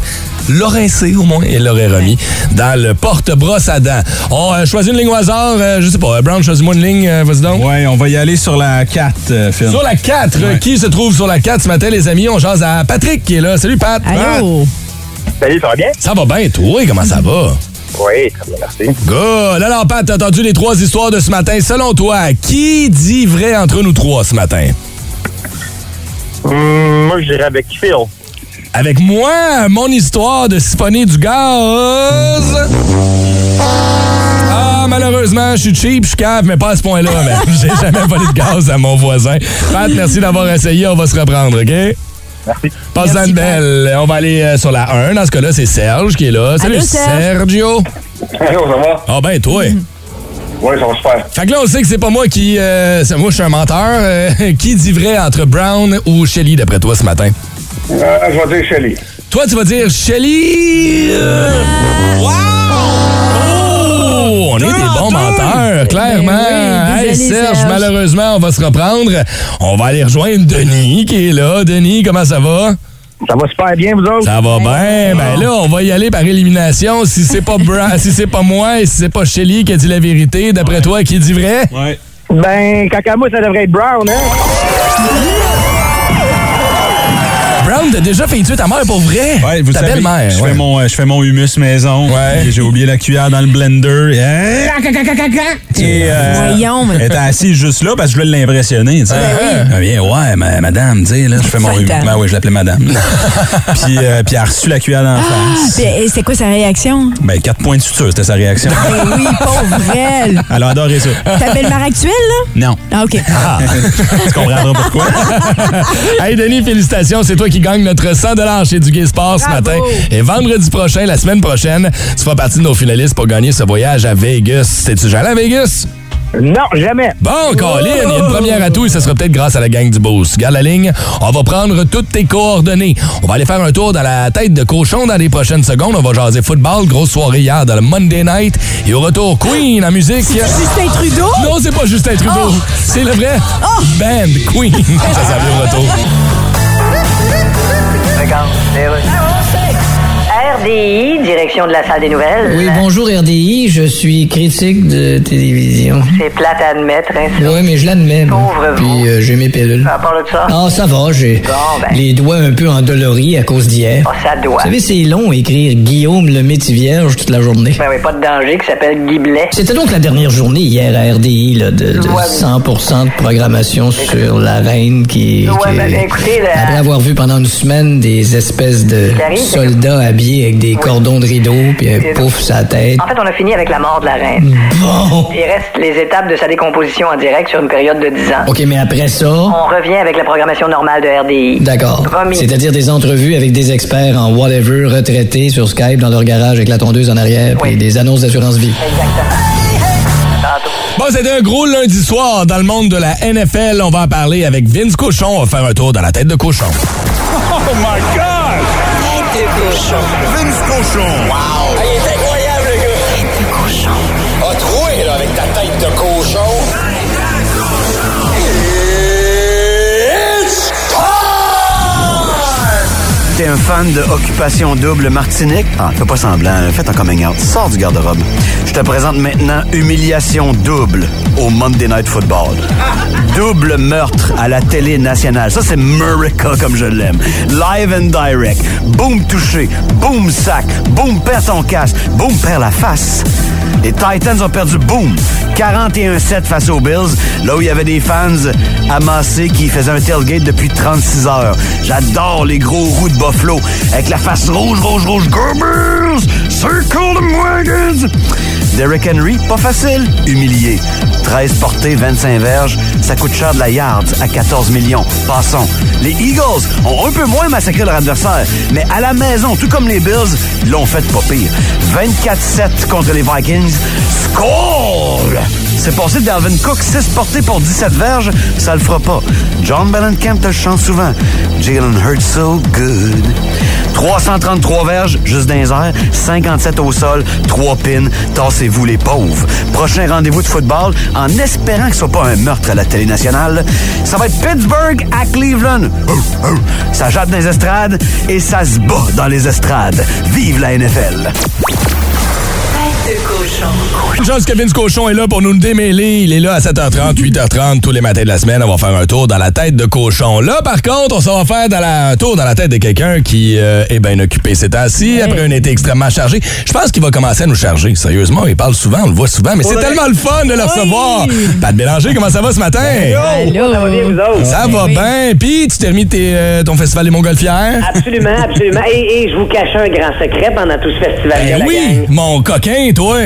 Speaker 3: L'a rincé au moins et l'aurait remis dans le porte-brosse à dents. On euh, choisit une ligne au hasard. euh, je sais pas, euh, Brown, choisis-moi une ligne, euh, vas-y donc.
Speaker 4: ouais, on va y aller sur la 4, euh, Phil.
Speaker 3: Sur la 4,
Speaker 4: Ouais.
Speaker 3: qui se trouve sur la 4 ce matin, les amis? On jase à Patrick qui est là. Salut, Pat.
Speaker 6: Allô?
Speaker 10: Salut, ça va bien?
Speaker 3: Pat, Ça va bien, toi? Comment ça va?
Speaker 10: Oui, très bien, merci.
Speaker 3: Good! Alors, Pat, t'as entendu les trois histoires de ce matin. Selon toi, qui dit vrai entre nous trois ce matin?
Speaker 10: Hum, moi, je dirais avec Phil.
Speaker 3: Avec moi, mon histoire de siphonner du gaz. Ah, malheureusement, je suis cheap, je suis cave, mais pas à ce point-là. mais J'ai jamais volé de gaz à mon voisin. Pat, merci d'avoir essayé. On va se reprendre, OK?
Speaker 10: Merci.
Speaker 3: Passe
Speaker 6: Merci,
Speaker 3: une belle. On va aller euh, sur la 1. Dans ce cas-là, c'est Serge qui est là. Salut,
Speaker 6: Allô, Serge. Mm.
Speaker 3: Sergio.
Speaker 10: Bonjour, ça va?
Speaker 3: Ah, ben, toi.
Speaker 10: Oui, ça va super.
Speaker 3: Fait que là, on sait que c'est pas moi qui. euh, c'est- moi, je suis un menteur. Euh, qui dit vrai entre Brown ou Shelly, d'après toi, ce matin?
Speaker 10: Euh, je vais dire Shelly.
Speaker 3: Toi, tu vas dire Shelly. euh, Wow! Oh! On est des bons menteurs, clairement.
Speaker 6: Ben oui,
Speaker 3: hey,
Speaker 6: désolé,
Speaker 3: Serge,
Speaker 6: Serge.
Speaker 3: malheureusement, on va se reprendre. On va aller rejoindre Denis qui est là. Denis, comment ça va?
Speaker 10: Ça va super bien, vous autres?
Speaker 3: Ça va bien. Ben là, on va y aller par élimination. Si c'est pas Brown, si c'est pas moi et si c'est pas Shelly qui a dit la vérité, d'après toi, qui dit vrai?
Speaker 4: Ouais.
Speaker 10: Ben, Kakamo, ça devrait être Brown, hein?
Speaker 3: Brown, t'as déjà fait tuer ta mère pour vrai?
Speaker 4: Ouais, vous
Speaker 3: ta
Speaker 4: savez,
Speaker 3: belle-mère.
Speaker 4: je,
Speaker 3: ouais.
Speaker 4: fais mon, euh, je fais mon humus maison.
Speaker 3: Ouais.
Speaker 4: Et J'ai oublié la cuillère dans le blender. Et, euh, et, euh,
Speaker 6: Voyons, mais-
Speaker 4: elle était assise juste là parce que je voulais l'impressionner. tu sais. Elle vient, ouais, ma- madame, tu sais, là, je fais mon humus.
Speaker 6: Madame.
Speaker 4: Ben oui, je l'appelais madame. puis, euh, puis elle a reçu la cuillère dans
Speaker 3: Ah,
Speaker 4: la face.
Speaker 6: Puis, et c'est quoi sa réaction?
Speaker 4: Ben, quatre points de suture, c'était sa réaction.
Speaker 6: Ben oui, pauvre elle.
Speaker 4: Elle a adoré ça.
Speaker 6: Ta belle-mère actuelle, là?
Speaker 4: Non.
Speaker 6: Ah, OK.
Speaker 4: tu comprendras pourquoi.
Speaker 3: Hey Denis, félicitations, c'est toi qui gagne notre 100 chez Duguay Sport ce
Speaker 6: Bravo.
Speaker 3: matin. Et vendredi prochain, la semaine prochaine, tu feras partie de nos finalistes pour gagner ce voyage à Vegas. T'es-tu jamais à Vegas?
Speaker 10: Non, jamais.
Speaker 3: Bon, Colin, il y a une première à tout et ce sera peut-être grâce à la gang du Beauce. Garde la ligne, on va prendre toutes tes coordonnées. On va aller faire un tour dans la tête de cochon dans les prochaines secondes. On va jaser football, grosse soirée hier dans le Monday Night. Et au retour, Queen en musique.
Speaker 6: Justin Trudeau?
Speaker 3: Non, c'est pas Justin
Speaker 4: Oh!
Speaker 3: Trudeau. C'est le vrai band Queen. Ça, ça vient au retour.
Speaker 11: RDI, direction de la salle des nouvelles.
Speaker 10: Oui, bonjour RDI, je suis critique de télévision.
Speaker 11: C'est plate à admettre, hein.
Speaker 10: Oui, mais je l'admets. moi. Puis euh, j'ai mes pilules.
Speaker 11: À part de ça.
Speaker 10: Ah, ça va, j'ai
Speaker 11: Bon, ben.
Speaker 10: les doigts un peu endoloris à cause d'hier.
Speaker 11: Ah, ça doit.
Speaker 10: Vous savez, c'est long écrire Guillaume le métier vierge toute la journée.
Speaker 11: Ben oui, pas de danger, qui s'appelle Guy Blais.
Speaker 10: C'était donc la dernière journée hier à RDI là, de, de
Speaker 11: Ouais.
Speaker 10: 100% de programmation sur la reine qui,
Speaker 11: Ouais,
Speaker 10: qui-
Speaker 11: ben, écoutez, là-
Speaker 10: après avoir vu pendant une semaine des espèces de
Speaker 11: J'arrive, c'est
Speaker 10: soldats habillés avec des cordons de rideau puis un pouf sa tête.
Speaker 11: En fait, on a fini avec la mort de la reine. Il reste les étapes de sa décomposition en direct sur une période de 10 ans.
Speaker 10: Ok, mais après ça,
Speaker 11: On revient avec la programmation normale de RDI.
Speaker 10: D'accord.
Speaker 11: Promis.
Speaker 10: C'est-à-dire des entrevues avec des experts en whatever, retraités sur Skype dans leur garage avec la tondeuse en arrière, puis des annonces d'assurance vie.
Speaker 4: Bon, c'était un gros lundi soir dans le monde de la NFL. On va en parler avec Vince Cochon. On va faire un tour dans la tête de cochon.
Speaker 15: Oh my God! Tête de cochon. Vince cochon. Wow! il est incroyable, le gars! Tête de cochon. A troué, là, avec ta tête de cochon. It's
Speaker 16: T'es un fan de Occupation Double Martinique? Ah, fais pas semblant, fais ton coming out. Sors du garde-robe. Je te présente maintenant Humiliation Double au Monday Night Football. Double meurtre à la télé nationale. Ça, c'est Murica comme je l'aime. Live and direct. Boom touché. Boom sac. Boom perd ton casque. Boom perd la face. Les Titans ont perdu, boom, 41-7 face aux Bills, là où il y avait des fans amassés qui faisaient un tailgate depuis 36 heures. J'adore les gros roues de Buffalo, avec la face rouge, rouge, rouge. Go Bills! Circle them wagons! Derrick Henry, pas facile, humilié. 13 portées, 25 verges, ça coûte cher de la yard à 14 millions. Passons. Les Eagles ont un peu moins massacré leur adversaire, mais à la maison, tout comme les Bills, ils l'ont fait pas pire. 24-7 contre les Vikings. Score! C'est passé de Dalvin Cook, 6 portées pour 17 verges, ça le fera pas. John Mellencamp te le chante souvent. Jalen hurts so good. 333 verges, juste d'un air, 57 au sol, 3 pins, tassez-vous les pauvres. Prochain rendez-vous de football, en espérant que ce soit pas un meurtre à la télé nationale, ça va être Pittsburgh à Cleveland. Hur, hur. Ça jappe dans les estrades et ça se bat dans les estrades. Vive la NFL!
Speaker 15: Tête de cochon.
Speaker 4: Une chance que Vince Cochon est là pour nous le démêler. Il est là à 7h30, 8h30 tous les matins de la semaine. On va faire un tour dans la tête de cochon. Là, par contre, on s'en va faire dans la- un tour dans la tête de quelqu'un qui euh, est bien occupé ces temps-ci, après un été extrêmement chargé. Je pense qu'il va commencer à nous charger. Sérieusement, il parle souvent, on le voit souvent, mais c'est
Speaker 15: Ouais. Ben,
Speaker 4: tellement le fun de le recevoir. Pat Bélanger, comment ça va ce matin?
Speaker 15: Allô. Ça va bien, vous autres?
Speaker 4: Ça va bien. Puis, tu termines tes, euh, ton festival des Montgolfières?
Speaker 11: Absolument, absolument. Et, et je vous cache un grand secret pendant tout ce festival.
Speaker 4: Ben
Speaker 11: là
Speaker 4: oui, mon coquin, toi.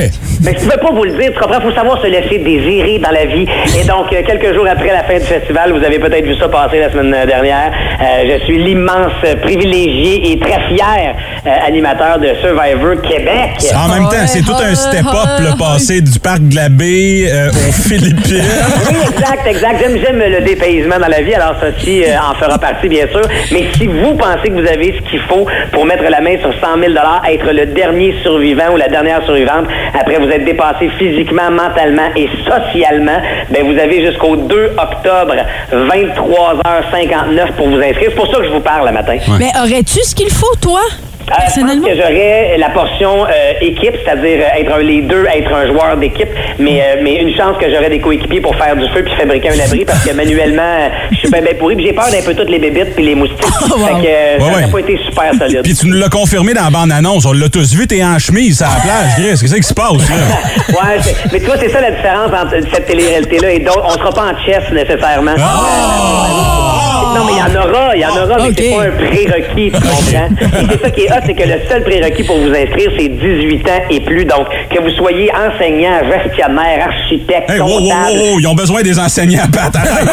Speaker 11: Mais je ne peux pas vous le dire, Ben, tu comprends? Il faut savoir se laisser désirer dans la vie. Et donc, euh, quelques jours après la fin du festival, vous avez peut-être vu ça passer la semaine euh, dernière, euh, je suis l'immense euh, privilégié et très fier euh, animateur de Survivor Québec.
Speaker 3: En même temps, c'est tout un step-up, le passé du parc de la baie euh, aux Philippines.
Speaker 11: Oui, exact, exact. J'aime, j'aime le dépaysement dans la vie, alors ceci euh, en fera partie, bien sûr. Mais si vous pensez que vous avez ce qu'il faut pour mettre la main sur 100 000 être le dernier survivant ou la dernière survivante, après vous êtes dépassé physiquement, mentalement et socialement, ben vous avez jusqu'au 2 octobre, 23h59 pour vous inscrire. C'est pour ça que je vous parle le matin.
Speaker 6: Mais aurais-tu ce qu'il faut, toi?
Speaker 11: Euh, je pense que j'aurais la portion euh, équipe, c'est-à-dire euh, être un leader, être un joueur d'équipe, mais, euh, mais une chance que j'aurais des coéquipiers pour faire du feu puis fabriquer un abri parce que manuellement, euh, je suis bien ben pourri puis j'ai peur d'un peu toutes les bébites puis les moustiques. Fait que euh, ça
Speaker 3: Ouais,
Speaker 11: n'a
Speaker 3: ouais.
Speaker 11: pas été super solide.
Speaker 3: Puis tu nous l'as confirmé dans la bande-annonce. On l'a tous vu, t'es en chemise à la plage, Chris. Qu'est-ce qui se passe, là?
Speaker 11: ouais, c'est- mais tu vois, c'est ça la différence entre cette télé-réalité-là et d'autres. On sera pas en chess nécessairement.
Speaker 3: Ah!
Speaker 11: Euh, non, mais il y en aura, il y en aura, mais c'est pas un
Speaker 3: Ah,
Speaker 11: prérequis, tu comprends? Et c'est ça qui est hot, c'est que le seul prérequis pour vous inscrire, c'est 18 ans et plus. Donc, que vous soyez enseignant, gestionnaire, architecte,
Speaker 3: Hey, wow, wow,
Speaker 11: comptable...
Speaker 3: wow, wow, ils ont besoin des enseignants, Pat. Arrête.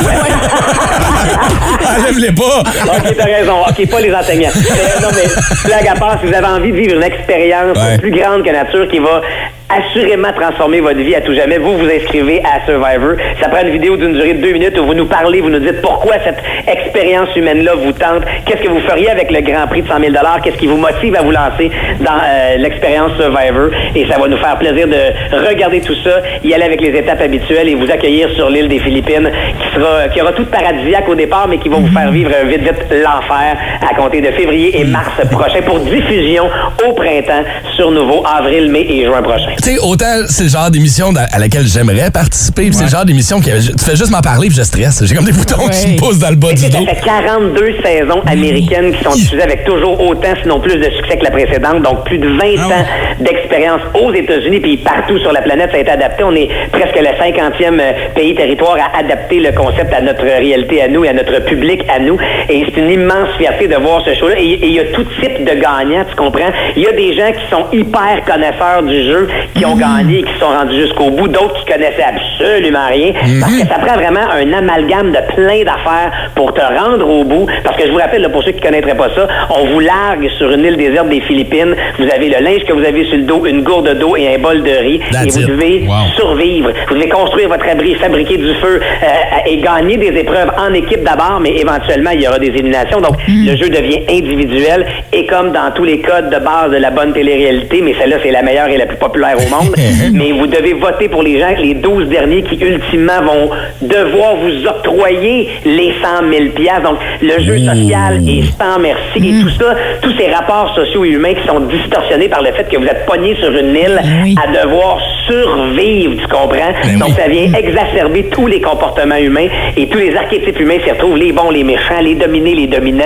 Speaker 3: Enlève-les pas.
Speaker 11: OK, t'as raison. OK, pas les enseignants. Mais, non, mais blague à part, si vous avez envie de vivre une expérience plus grande que nature qui va assurément transformer votre vie à tout jamais. Vous vous inscrivez à Survivor. Ça prend une vidéo d'une durée de deux minutes où vous nous parlez, vous nous dites pourquoi cette expérience humaine-là vous tente. Qu'est-ce que vous feriez avec le grand prix de 100 000 Qu'est-ce qui vous motive à vous lancer dans euh, l'expérience Survivor? Et ça va nous faire plaisir de regarder tout ça, y aller avec les étapes habituelles et vous accueillir sur l'île des Philippines qui sera, qui aura tout de paradisiaque au départ, mais qui va vous faire vivre euh, vite, vite l'enfer à compter de février et mars prochain pour diffusion au printemps sur Nouveau, avril, mai et juin prochain.
Speaker 4: Tu sais, autant c'est le genre d'émission dans- à laquelle j'aimerais participer, puis c'est le genre d'émission que je- tu fais juste m'en parler, puis je stresse. J'ai comme des boutons qui me poussent dans le bas du dos.
Speaker 11: Ça fait 42 saisons américaines qui sont diffusées avec toujours autant, sinon plus de succès que la précédente. Donc, plus de 20 ans d'expérience aux États-Unis, puis partout sur la planète, ça a été adapté. On est presque le 50e euh, pays, territoire à adapter le concept à notre réalité à nous et à notre public à nous. Et c'est une immense fierté de voir ce show-là. Et et il y a tout type de gagnants, tu comprends? Il y a des gens qui sont hyper connaisseurs du jeu, qui ont gagné, qui sont rendus jusqu'au bout, d'autres qui connaissaient absolument rien, parce que ça prend vraiment un amalgame de plein d'affaires pour te rendre au bout. Parce que je vous rappelle, là, pour ceux qui ne connaîtraient pas ça, on vous largue sur une île déserte des Philippines. Vous avez le linge que vous avez sur le dos, une gourde d'eau et un bol de riz. et
Speaker 17: That's
Speaker 11: vous
Speaker 17: it.
Speaker 11: devez survivre. Vous devez construire votre abri, fabriquer du feu euh, et gagner des épreuves en équipe d'abord, mais éventuellement, il y aura des éliminations. Donc, le jeu devient individuel et comme dans tous les codes de base de la bonne télé-réalité, mais celle-là, c'est la meilleure et la plus populaire au monde, mais vous devez voter pour les gens, les 12 derniers qui, ultimement, vont devoir vous octroyer les 100 000 piastres. Donc, le jeu social est sans merci et tout ça, tous ces rapports sociaux et humains qui sont distorsionnés par le fait que vous êtes pogné sur une île à devoir survivre, tu comprends? Donc, ça vient exacerber tous les comportements humains et tous les archétypes humains s'y retrouvent, les bons, les méchants, les dominés, les dominants.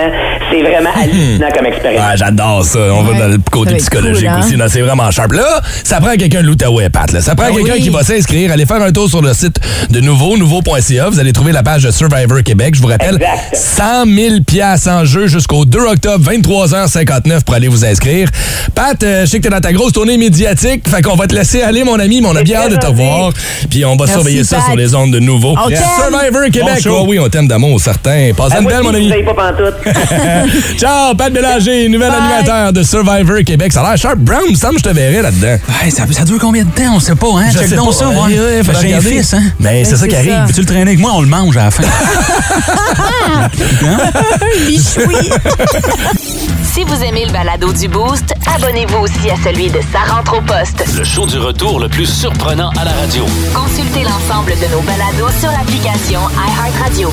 Speaker 11: C'est vraiment hallucinant comme expérience.
Speaker 4: Ah, J'adore ça. On va dans le côté
Speaker 11: va être
Speaker 4: psychologique
Speaker 11: cool, hein?
Speaker 4: aussi. Non, C'est vraiment sharp. Là, ça prend quelqu'un de l'Outaouais, Pat. là. Ça prend
Speaker 11: Ah
Speaker 4: quelqu'un
Speaker 11: oui.
Speaker 4: qui va s'inscrire. Allez faire un tour sur le site de nouveau, nouveau.ca. Vous allez trouver la page de Survivor Québec. Je vous rappelle, 100 000 piastres en jeu jusqu'au 2 octobre, 23h59 pour aller vous inscrire. Pat, euh, je sais que t'es dans ta grosse tournée médiatique. Fait qu'on va te laisser aller, mon ami, mais on a bien hâte de te voir. Puis on va
Speaker 11: Merci,
Speaker 4: surveiller ça
Speaker 11: Pat.
Speaker 4: sur les ondes de nouveau.
Speaker 11: On t'aime.
Speaker 4: Survivor Québec.
Speaker 11: Bon show.
Speaker 4: Ah oui, on t'aime d'amour, certain. Passe
Speaker 11: Ah,
Speaker 4: une
Speaker 11: moi
Speaker 4: belle,
Speaker 11: aussi,
Speaker 4: mon ami.
Speaker 11: vous avez pas pantoute.
Speaker 4: Ciao, Pat Bélanger, nouvel animateur de Survivor Québec. Ça a l'air sharp. Brown, il me semble que je te verrais là-dedans.
Speaker 3: ça, ça dure combien de temps? On sait pas, hein?
Speaker 4: Je
Speaker 3: Check
Speaker 4: sais
Speaker 3: donc
Speaker 4: pas.
Speaker 3: ça,
Speaker 4: Ouais,
Speaker 3: voir.
Speaker 4: ouais, faut
Speaker 3: Parce que J'ai un
Speaker 4: regarder.
Speaker 3: fils, hein?
Speaker 4: Ben, c'est Ouais, ça qui c'est arrive. ça.
Speaker 3: Peux-tu le traîner avec moi? On le mange à la fin.
Speaker 1: Si vous aimez le balado du Boost, abonnez-vous aussi à celui de Sa rentre au poste.
Speaker 10: Le show du retour le plus surprenant à la radio.
Speaker 1: Consultez l'ensemble de nos balados sur l'application iHeartRadio.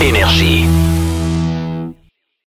Speaker 10: Énergie.